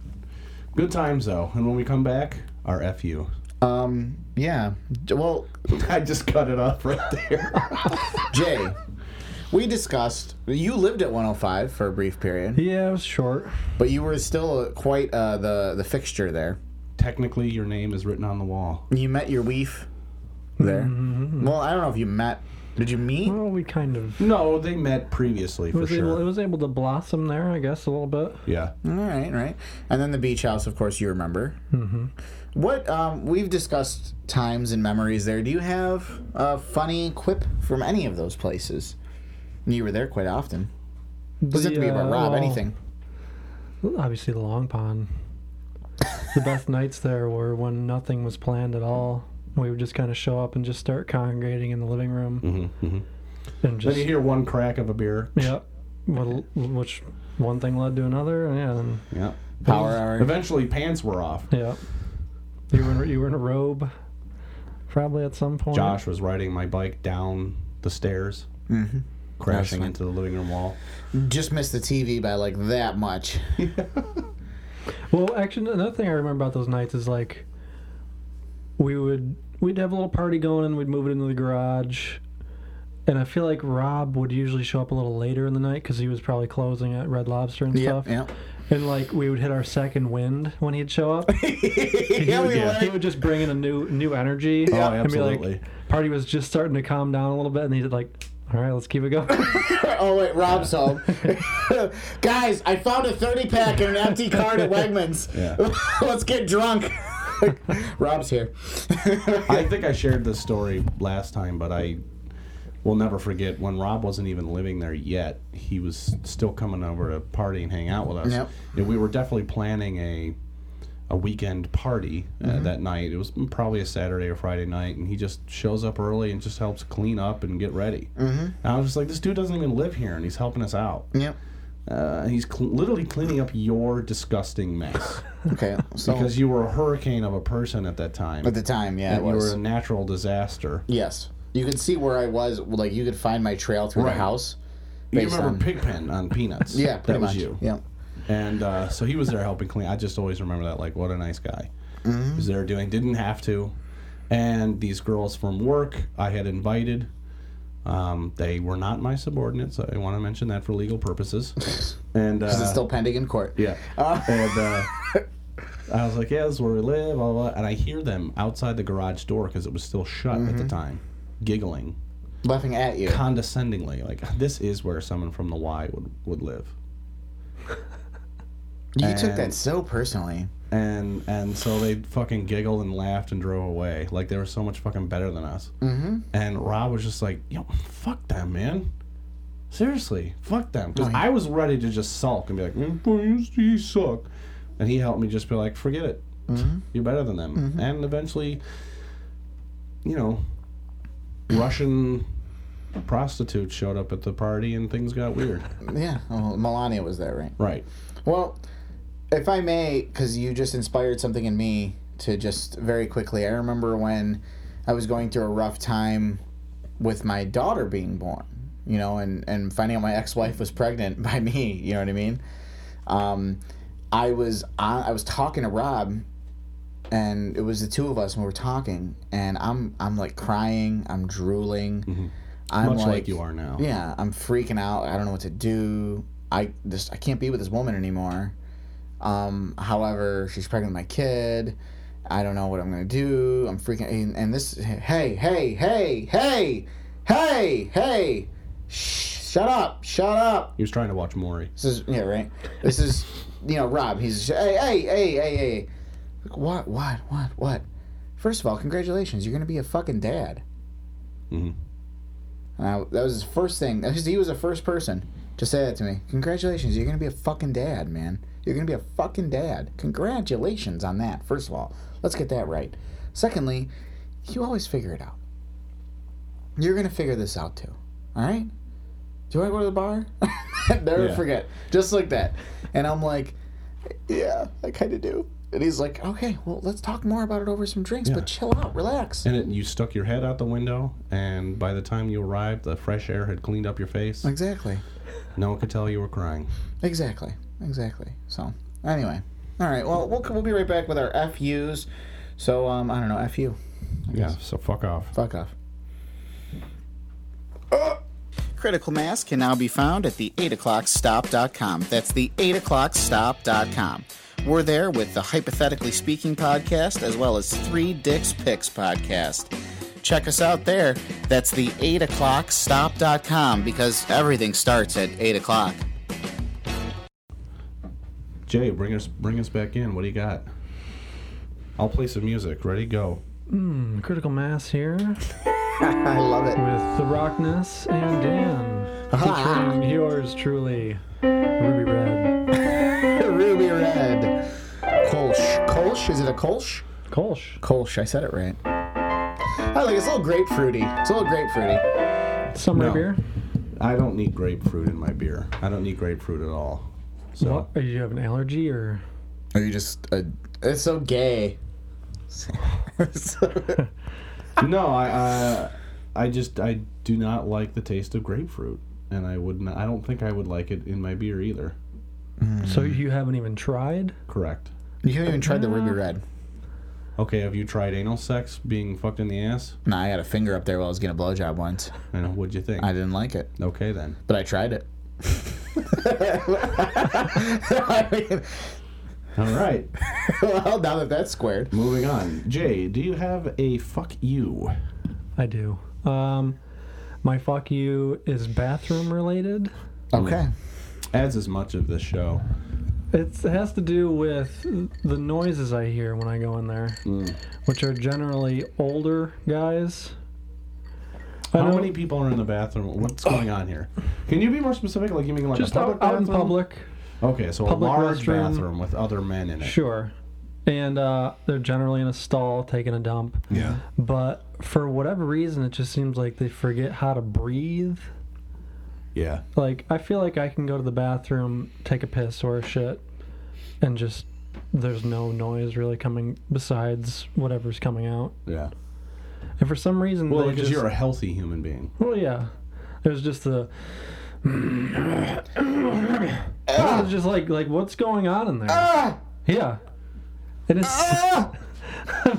S5: Good times though, and when we come back, our fu.
S6: Um, yeah. D- Well,
S5: *laughs* I just cut it off right there.
S6: Jay, we discussed you lived at 105 for a brief period,
S7: Yeah, it was short.
S6: but you were still quite uh, the the fixture there.
S5: Technically, your name is written on the wall.
S6: You met your weef there. Well, I don't know if you met Did you meet?
S7: Well, we kind of
S5: No, they met previously
S7: it
S5: for
S7: was able, it
S5: sure.
S7: was able to blossom there, I guess, a little bit.
S5: Yeah.
S6: All right, right. And then the beach house, of course, you remember. Mm-hmm. What um, we've discussed times and memories there. Do you have a funny quip from any of those places? You were there quite often. Doesn't have to be
S7: The,
S6: about
S7: uh,
S6: Rob.
S7: well,
S6: Anything.
S7: Obviously, the Long Pond. the best nights there were when nothing was planned at all. We would just kind of show up and just start congregating in the living room, and
S5: Then
S7: just
S5: you hear one crack of a beer.
S7: yeah, well, which one thing led to another, and yeah, and,
S5: Yeah.
S6: Power hour.
S5: Eventually, pants were off.
S7: yeah. You were in, you were in a robe, probably at some point.
S5: Josh was riding my bike down the stairs, crashing
S6: Crashing.
S5: into the living room wall.
S6: Just missed the TV by like that much.
S7: Well, actually, another thing I remember about those nights is like we would we'd have a little party going and we'd move it into the garage. And I feel like Rob would usually show up a little later in the night because he was probably closing at Red Lobster and
S6: Yep.
S7: stuff.
S6: Yep.
S7: And like we would hit our second wind when he'd show up. he,
S6: *laughs* yeah,
S7: would,
S6: we
S5: yeah.
S7: he would just bring in a new new energy.
S5: Oh,
S7: and be
S5: absolutely.
S7: like, party was just starting to calm down a little bit, and he'd like, "All right, let's keep it going."
S6: were- Oh wait, Rob's home. *laughs* Guys, I found a thirty pack in an empty cart at Wegmans.
S5: Yeah.
S6: *laughs* Let's
S5: *laughs*
S6: get drunk. Rob's here.
S5: I think I shared this story last time, but I will never forget when Rob wasn't even living there yet. He was still coming over to party and hang out with us.
S6: Yep.
S5: And we were definitely planning a a weekend party uh,
S6: Mm-hmm.
S5: that night. It was probably a Saturday or Friday night, and he just shows up early and just helps clean up and get ready. Mm-hmm. And I was just like, this dude doesn't even live here, and he's helping us out.
S6: Yep.
S5: Uh, he's cl- literally cleaning up your disgusting
S6: *laughs*
S5: mess
S6: *laughs* Okay. So
S5: because you were a hurricane of a person at that time.
S6: at Oh. the time, yeah,
S5: and
S6: it
S5: you
S6: was.
S5: were a natural disaster.
S6: Yes. You could see where I was. Like, you could find my trail through
S5: Right.
S6: the house.
S5: You
S6: based
S5: remember
S6: on-
S5: Pigpen on Peanuts?
S6: *laughs* Yeah,
S5: that
S6: pretty
S5: was
S6: much.
S5: you.
S6: Yeah.
S5: And uh, so he was there helping clean. I just always remember that. Like, what a nice guy.
S6: Mm-hmm.
S5: He was there doing. Didn't have to. And these girls from work I had invited. Um, they were not my subordinates. I want to mention that for legal
S6: *laughs*
S5: purposes. And uh,
S6: Is it still pending in court? *laughs*
S5: yeah. And uh, I was like, yeah, this is where we live, blah, blah, blah. And I hear them outside the garage door because it was still shut at
S6: Mm-hmm.
S5: the time, giggling
S6: Laughing at you.
S5: condescendingly. Like, this is where someone from the Y would, would live.
S6: You took
S5: and-
S6: that so personally.
S5: And and so they fucking giggled and laughed and drove away. Like, they were so much fucking better than us. Mm-hmm. And Rob was just like, yo, fuck them, man. Seriously, fuck them. Because I was ready to just sulk and be like, "Mm, boy, you, you suck. And he helped me just be like, forget it. You're better than them. And eventually, you know, Russian prostitutes showed up at the party and things got weird.
S6: Yeah. Well, Melania was there, right?
S5: right.
S6: Well, if I may, because you just inspired something in me to just very quickly. I remember when I was going through a rough time with my daughter being born, you know, and, and finding out my ex wife was pregnant by me, you know what I mean? Um, I was on, I was talking to Rob, and it was the two of us, and we were talking, and I'm I'm like crying, I'm drooling, I'm
S5: Mm-hmm. Much like, you are now.
S6: yeah, I'm freaking out. I don't know what to do. I just I can't be with this woman anymore. Um, however, she's pregnant with my kid. I don't know what I'm gonna do. I'm freaking and, and this hey hey hey hey hey hey Shh, shut up shut up.
S5: He was trying to watch Maury.
S6: This is yeah right. This is you know Rob. He's hey hey hey hey hey. Like, What what what what? First of all, congratulations. You're gonna be a fucking dad.
S5: Mhm.
S6: And I, that was his first thing. that was- He was the first person to say that to me. Congratulations, you're gonna be a fucking dad, man. You're gonna be a fucking dad. Congratulations on that. First of all, let's get that right. Secondly, you always figure it out. You're gonna figure this out too. All right. Do I go to the bar? *laughs* Never
S5: Yeah.
S6: forget. Just like that. And I'm like, yeah, I kind of do. And he's like, okay, well, let's talk more about it over some drinks,
S5: Yeah.
S6: but chill out, relax.
S5: And it, you stuck your head out the window, and by the time you arrived, the fresh air had cleaned up your face.
S6: Exactly.
S5: No one could tell you were crying.
S6: Exactly. Exactly. So, anyway. All right. Well, we'll, we'll be right back with our FUs. So, um, I don't know. FU.
S5: Yeah, so fuck off.
S6: Fuck off. Uh, Critical Mass can now be found at the 8o'clockstop.com. That's the 8o'clockstop.com. We're there with the Hypothetically Speaking podcast as well as Three Dicks Picks podcast. check us out there. That's the 8 o'clock stop.com because everything starts at 8 o'clock.
S5: Jay, bring us bring us back in. What do you got? I'll play some music. Ready? Go.
S7: Critical Mass here with
S6: *laughs* I love it.
S7: The Rockness and Dan.
S6: Ah.
S7: Featuring yours truly, Ruby Red.
S6: Ruby Red. Kolsch. Kolsch? Is it a Kolsch?
S7: Kolsch.
S6: Kolsch. I said it right. I like it. It's a little grapefruity. It's a little grapefruity.
S7: Summer
S5: No.
S7: beer.
S5: I don't need grapefruit in my beer. I don't need grapefruit at all. So
S7: What? Are you have an allergy or?
S6: Are you just. A, it's so *laughs* gay. So-
S5: no, I uh, I just I do not like the taste of grapefruit, and I would not. I don't think I would like it in my beer either.
S7: So
S6: Mm.
S7: you haven't even tried?
S5: Correct.
S6: you haven't even tried the Ruby Red.
S5: Okay, have you tried anal sex? Being fucked in the ass?
S6: No, I got a finger up there while I was getting a blowjob once.
S5: And what'd you think?
S6: I didn't like it,
S5: okay then.
S6: but I tried it. *laughs* I mean,
S5: All right.
S6: well, now that that's squared.
S5: Moving on. Jay, do you have a fuck you?
S7: I do. Um, my fuck you is bathroom related.
S6: Okay.
S5: As is much of this show.
S7: It's, it has to do with the noises I hear when I go in there,
S6: Mm.
S7: which are generally older guys. I
S5: How
S7: know-
S5: many people are in the bathroom? What's going on here? Can you be more specific? Like you mean like
S7: Just
S5: a
S7: out,
S5: public
S7: out in
S5: bathroom?
S7: public,
S5: Okay, so
S7: public
S5: a large
S7: restroom.
S5: bathroom with other men in it.
S7: sure. And uh, they're generally in a stall taking a dump.
S5: Yeah.
S7: But for whatever reason, it just seems like they forget how to breathe.
S5: Yeah.
S7: Like, I feel like I can go to the bathroom, take a piss or a shit, and just there's no noise really coming besides whatever's coming out.
S5: Yeah.
S7: And for some reason,
S5: Well,
S7: they
S5: because
S7: just,
S5: you're a healthy human
S7: *laughs*
S5: being.
S7: Well, yeah. It was just the. I was just like, like, what's going on in there? Yeah. And it's. *laughs* I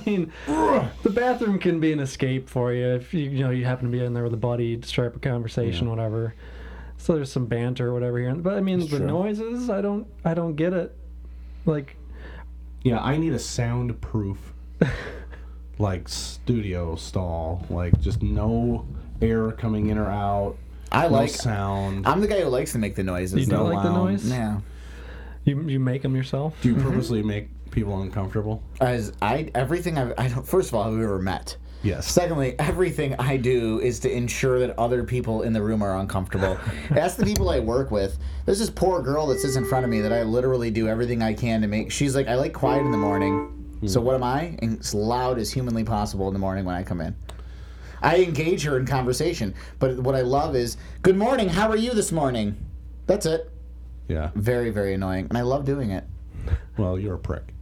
S7: mean, the bathroom can be an escape for you if you, you know you happen to be in there with a buddy to strike up a conversation, whatever. So there's some banter or whatever here. But I mean, the noises, I don't, I don't get it. Like,
S5: Yeah, I need a soundproof,
S7: *laughs*
S5: like studio stall, like just no air coming in or out,
S6: I
S5: no
S6: like.
S5: sound.
S6: I'm the guy who likes to make the noises.
S7: You don't like the
S5: loud.
S7: noise?
S6: Yeah.
S7: You you make them yourself.
S5: Do you purposely make people uncomfortable?
S6: As I everything I've, I don't. First of all, have we ever met?
S5: Yes.
S6: Secondly, everything I do is to ensure that other people in the room are uncomfortable. That's the people I work with. There's this poor girl that sits in front of me that I literally do everything I can to make. She's like, I like quiet in the morning. So what am I? And As loud as humanly possible in the morning when I come in. I engage her in conversation, but what I love is, "Good morning. How are you this morning?" That's it.
S5: yeah.
S6: Very, very annoying, and I love doing it.
S5: Well, you're a prick.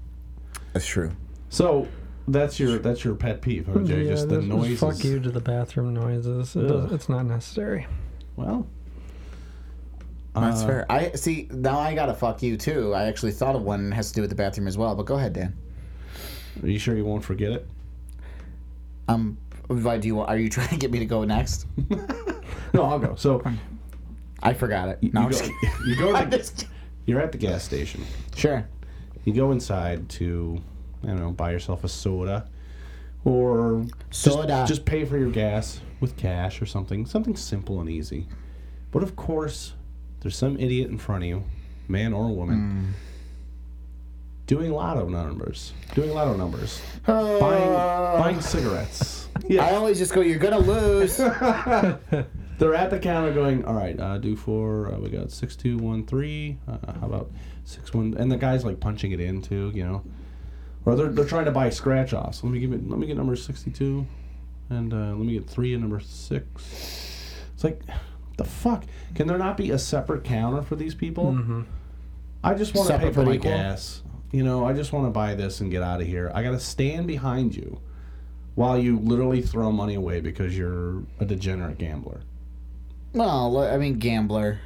S6: That's true.
S5: So that's your that's your pet peeve, huh, Jay? just the
S7: this was
S5: noises.
S7: Fuck you to the bathroom noises. It does,
S5: Ugh.
S7: it's not necessary.
S5: Well,
S6: That's fair.
S5: Uh,
S6: I see. Now I gotta fuck you too. I actually thought of one that has to do with the bathroom as well. But go ahead, Dan.
S5: are you sure you won't forget it?
S6: Um, why do you? Are you *laughs* trying to get me to go next?
S5: No, I'll go. So
S6: I forgot it. No,
S5: you,
S6: I'm just
S5: go,
S6: kidding.
S5: *laughs*
S6: *laughs*
S5: you go.
S6: I'm
S5: To,
S6: just kidding.
S5: you're at the gas station.
S6: Sure.
S5: You go inside to, I don't know, buy yourself a soda, or
S6: Soda.
S5: Just, just pay for your gas with cash or something. Something simple and easy. But of course, there's some idiot in front of you, man or woman, doing lotto numbers. Doing lotto numbers. buying buying cigarettes. yeah.
S6: I always just go. You're
S5: *laughs*
S6: gonna lose.
S5: They're at the counter going, all right, uh, do four. Uh, we got six, two, one, three. Uh, how about six, one? And the guy's like punching it in too, you know. Or they're, they're trying to buy scratch offs. Let me give it. Let me get number sixty-two, and uh, let me get three and number six. It's like, the fuck? Can there not be a separate counter for these people? I just want to pay
S6: Separate
S5: Mm-hmm. for
S6: but
S5: my
S6: equal?
S5: gas. You know, I just want to buy this and get out of here. I got to stand behind you while you literally throw money away because you're a degenerate gambler.
S6: well, I mean, gambler.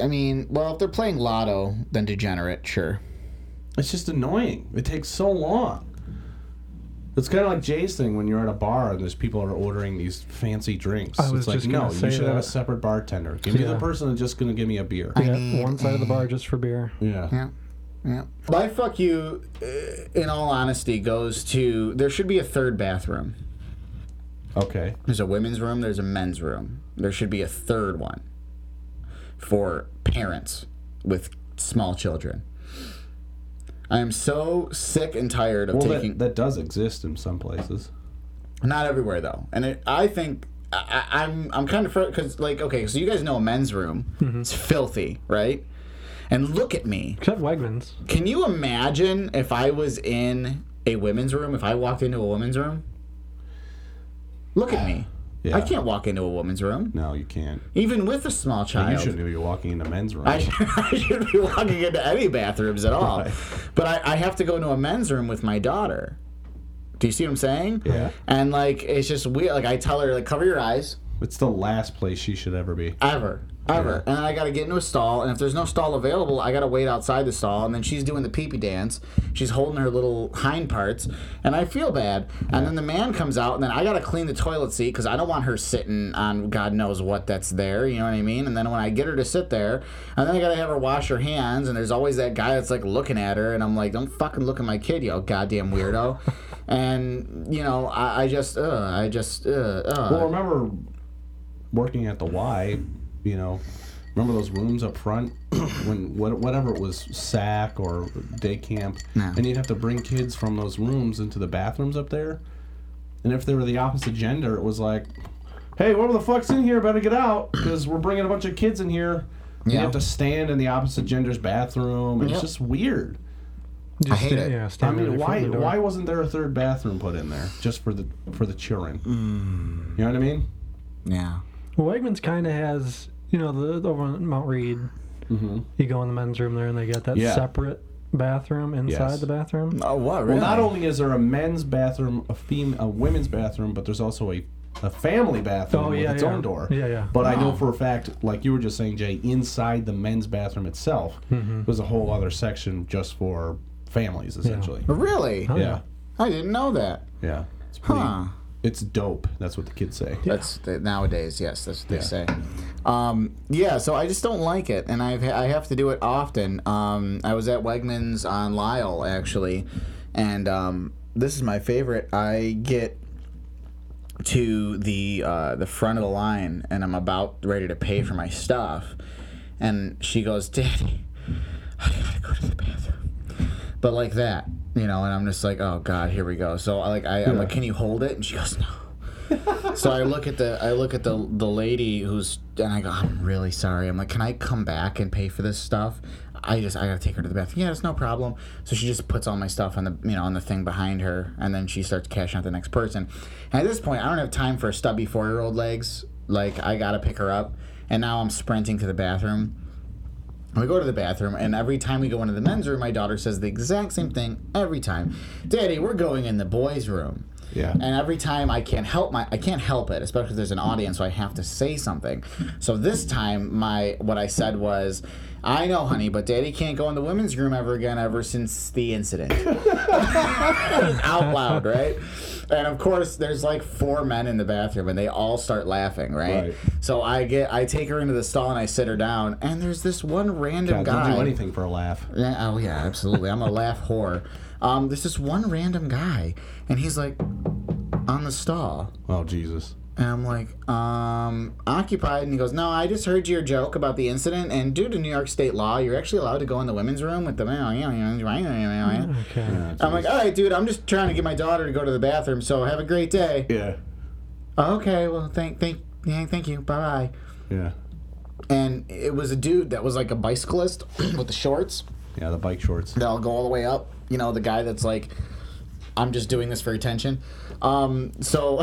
S6: I mean, well, if they're playing lotto, then degenerate. Sure.
S5: It's just annoying. It takes so long. It's kind of like Jay's thing when you're at a bar and there's people are ordering these fancy drinks.
S7: I was
S5: it's like,
S7: just
S5: no,
S7: gonna
S5: you
S7: say
S5: should have a
S7: that.
S5: separate bartender. Give me the
S7: Yeah.
S5: person that's just going to give me a beer.
S7: Yeah, one side of the bar just for beer.
S5: yeah.
S6: Yeah. Yeah. My fuck you, uh, in all honesty, goes to there should be a third bathroom.
S5: Okay.
S6: There's a women's room, there's a men's room. There should be a third one for parents with small children. I am so sick and tired of
S5: Well,
S6: taking.
S5: that, that does exist in some places.
S6: Not everywhere though, and it, I think I, I- I'm I'm kind of because like okay, so you guys know a men's room,
S5: Mm-hmm.
S6: it's filthy, right? And look at me.
S7: Except Wegmans.
S6: Can you imagine if I was in a women's room? If I walked into a women's room, look at me.
S5: Yeah.
S6: I can't walk into a woman's room,
S5: No, you can't.
S6: even with a small
S5: You
S6: child.
S5: shouldn't be walking into men's room.
S6: I should, *laughs* I should be walking into any bathrooms at all.
S5: Right.
S6: But I, I have to go into a men's room with my daughter. Do you see what I'm saying?
S5: Yeah.
S6: And like it's just weird. Like I tell her like cover your eyes,
S5: It's the last place she should ever be.
S6: ever, ever. And I gotta get into a stall. And if there's no stall available, I gotta wait outside the stall. And then she's doing the pee pee dance. She's holding her little hind parts, and I feel bad. And then the man comes out, and then I gotta clean the toilet seat because I don't want her sitting on God knows what that's there. You know what I mean? And then when I get her to sit there, and then I gotta have her wash her hands. And there's always that guy that's like looking at her, and I'm like, don't fucking look at my kid, you
S5: *laughs*
S6: goddamn weirdo. and you know, I, I just, uh, I just, uh, uh.
S5: Well, remember working at the Y, you know, remember those rooms up front *clears throat* when what, whatever it was, SAC or day camp, and you'd have to bring kids from those rooms into the bathrooms up there. And if they were the opposite gender, it was like, hey, whoever the fuck's in here better get out because we're bringing a bunch of kids in here. You
S6: Yeah.
S5: have to stand in the opposite gender's bathroom, and
S6: Yep.
S5: it's just weird.
S7: Just
S6: hate
S7: sta-
S6: it.
S7: Yeah,
S5: I
S7: stand
S5: mean,
S7: really front
S5: why
S7: of the door.
S5: why wasn't there a third bathroom put in there just for the for the children?
S6: Mm.
S5: You know what I mean?
S6: yeah.
S7: Well, Wegmans kind of has, you know, the over on Mount Reed. You go in the men's room there, and they got that
S5: Mm-hmm. Yeah.
S7: separate bathroom inside
S5: Yes. Mm-hmm.
S7: the bathroom.
S6: Oh, what?
S5: Well,
S6: Really?
S5: not only is there a men's bathroom, a fem- a women's bathroom, but there's also a a family bathroom
S7: Oh,
S5: with
S7: yeah,
S5: its
S7: yeah.
S5: own door.
S7: Yeah, yeah.
S5: But I know for a fact, like you were just saying, Jay, inside the men's bathroom itself
S7: Mm-hmm.
S5: was a whole other section just for families, essentially.
S7: Oh,
S6: Really?
S5: Yeah, yeah.
S6: I didn't know that.
S5: It's pretty.
S6: Huh.
S5: It's dope. That's what the kids say.
S6: That's th- nowadays. Yes, that's what they
S5: Yeah.
S6: say. Um, yeah, so I just don't like it, and I've ha- I have to do it often. Um, I was at Wegmans on Lyle actually, and um, this is my favorite. I get to the uh, the front of the line, and I'm about ready to pay for my stuff, and she goes, "Daddy, I gotta go to the bathroom." But like that, you know, and I'm just like, "Oh God, here we go." So I like I, I'm like, "Can you hold it?" And she goes, "No." so I look at the I look at the the lady who's and I go, I'm really sorry. I'm like, can I come back and pay for this stuff? I just I gotta take her to the bathroom. Yeah, it's no problem. So she just puts all my stuff on the you know on the thing behind her, and then she starts cashing out the next person. And at this point, I don't have time for stubby four year old legs. Like I gotta pick her up, and now I'm sprinting to the bathroom. And We go to the bathroom, and every time we go into the men's room, my daughter says the exact same thing every time. Daddy, we're going in the boys' room.
S5: Yeah.
S6: And every time I can't help my I can't help it, especially if there's an audience, so I have to say something. So this time my what I said was, I know, honey, but Daddy can't go in the women's room ever again ever since the incident. *laughs* Out loud, right? And of course, there's like four men in the bathroom, and they all start laughing, right?
S5: Right.
S6: So I get I take her into the stall and I sit her down, and there's this one random
S5: God,
S6: guy.
S5: they'll do anything for a laugh.
S6: Yeah, oh yeah, absolutely. I'm a laugh whore. Um, there's this one random guy, and he's like on the stall,
S5: Oh Jesus.
S6: and I'm like, um, occupied, and he goes, no, I just heard your joke about the incident, and due to New York state law, you're actually allowed to go in the women's room with the.
S7: Okay.
S5: Yeah,
S6: I'm like, all right, dude, I'm just trying to get my daughter to go to the bathroom, so have a great day.
S5: yeah,
S6: Okay, well, thank, thank, yeah, thank you, bye bye.
S5: yeah,
S6: And it was a dude that was like a bicyclist *clears throat* with the shorts.
S5: yeah. The bike shorts.
S6: that'll go all the way up. You know, the guy that's like, I'm just doing this for attention. Um,
S5: *laughs*
S6: so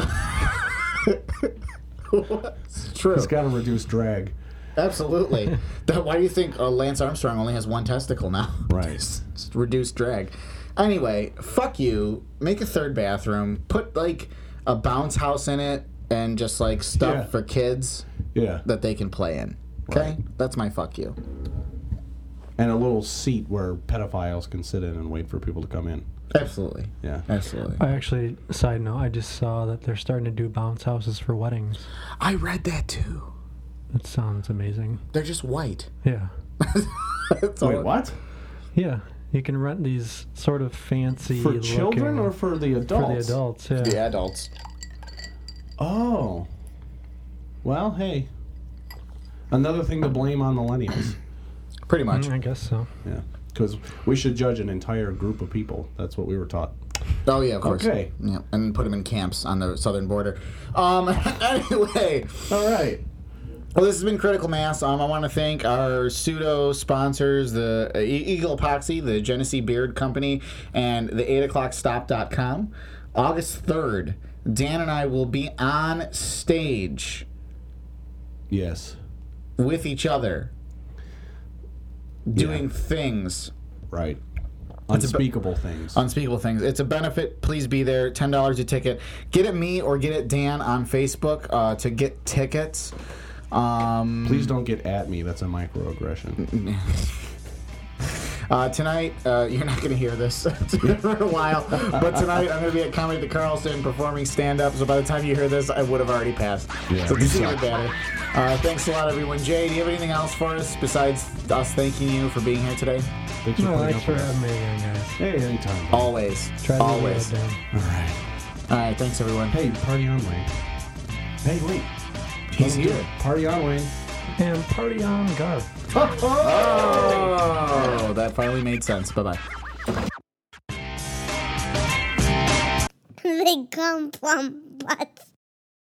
S6: it's true.
S5: It's got to reduce drag.
S6: *laughs* Absolutely. That- Why do you think uh, Lance Armstrong only has one testicle now? *laughs*
S5: Right.
S6: It's reduced drag. Anyway, fuck you. Make a third bathroom. Put like a bounce house in it, and just like stuff
S5: Yeah.
S6: for kids
S5: Yeah.
S6: that they can play in. Okay, that's my fuck you.
S5: and a little seat where pedophiles can sit in and wait for people to come in.
S6: Absolutely.
S5: Yeah.
S6: Absolutely.
S7: I actually, side note, I just saw that they're starting to do bounce houses for weddings.
S6: I read that too.
S7: That sounds amazing.
S6: They're just white. *laughs*
S7: Yeah.
S6: That's all it-
S5: what?
S7: Yeah. You can rent these sort of fancy
S5: For children or for the
S7: for the
S5: adults?
S7: adults. Yeah.
S6: The adults.
S5: Oh. Well, hey. Another thing to blame on millennials.
S6: Pretty much.
S7: Mm, I guess so.
S5: yeah. Because we should judge an entire group of people. That's what we were taught.
S6: Oh yeah, of course.
S5: Okay.
S6: Yeah, and put them in camps on the southern border. Um. *laughs* anyway,
S5: All right.
S6: well, this has been critical mass. Um, I want to thank our pseudo sponsors, the uh, E- Eagle Epoxy, the Genesee Beard Company, and the Eight O'clock Stop.com. August third, Dan and I will be on stage
S5: Yes.
S6: with each other, doing things
S5: Right. Unspeakable things.
S6: unspeakable things. It's a benefit. Please be there. Ten dollars a ticket. Get it me or get it Dan on Facebook uh, to get tickets. Um,
S5: Please don't get at me. That's a microaggression.
S6: uh, tonight, uh, *laughs* you're not going to hear this for a while, but tonight I'm going to be at Comedy at the Carlson performing stand up. So by the time you hear this, I would have already passed.
S5: Yeah.
S6: so this is even better. Uh, thanks a lot, everyone. Jay, do you have anything else for us besides us thanking you for being here today?
S5: Thanks
S7: No,
S5: putting
S7: thanks
S5: up
S7: for
S5: with us.
S7: having me again, guys.
S5: Hey, anytime. All
S6: Always.
S7: Try to
S6: Always.
S7: Down.
S5: right.
S6: All right. Thanks, everyone.
S5: Hey, party on, Wayne. Hey, wait.
S6: He's here.
S5: Party on, Wayne.
S7: And party on, Garth.
S6: Oh, that finally made sense. Bye bye.
S8: they come from butts.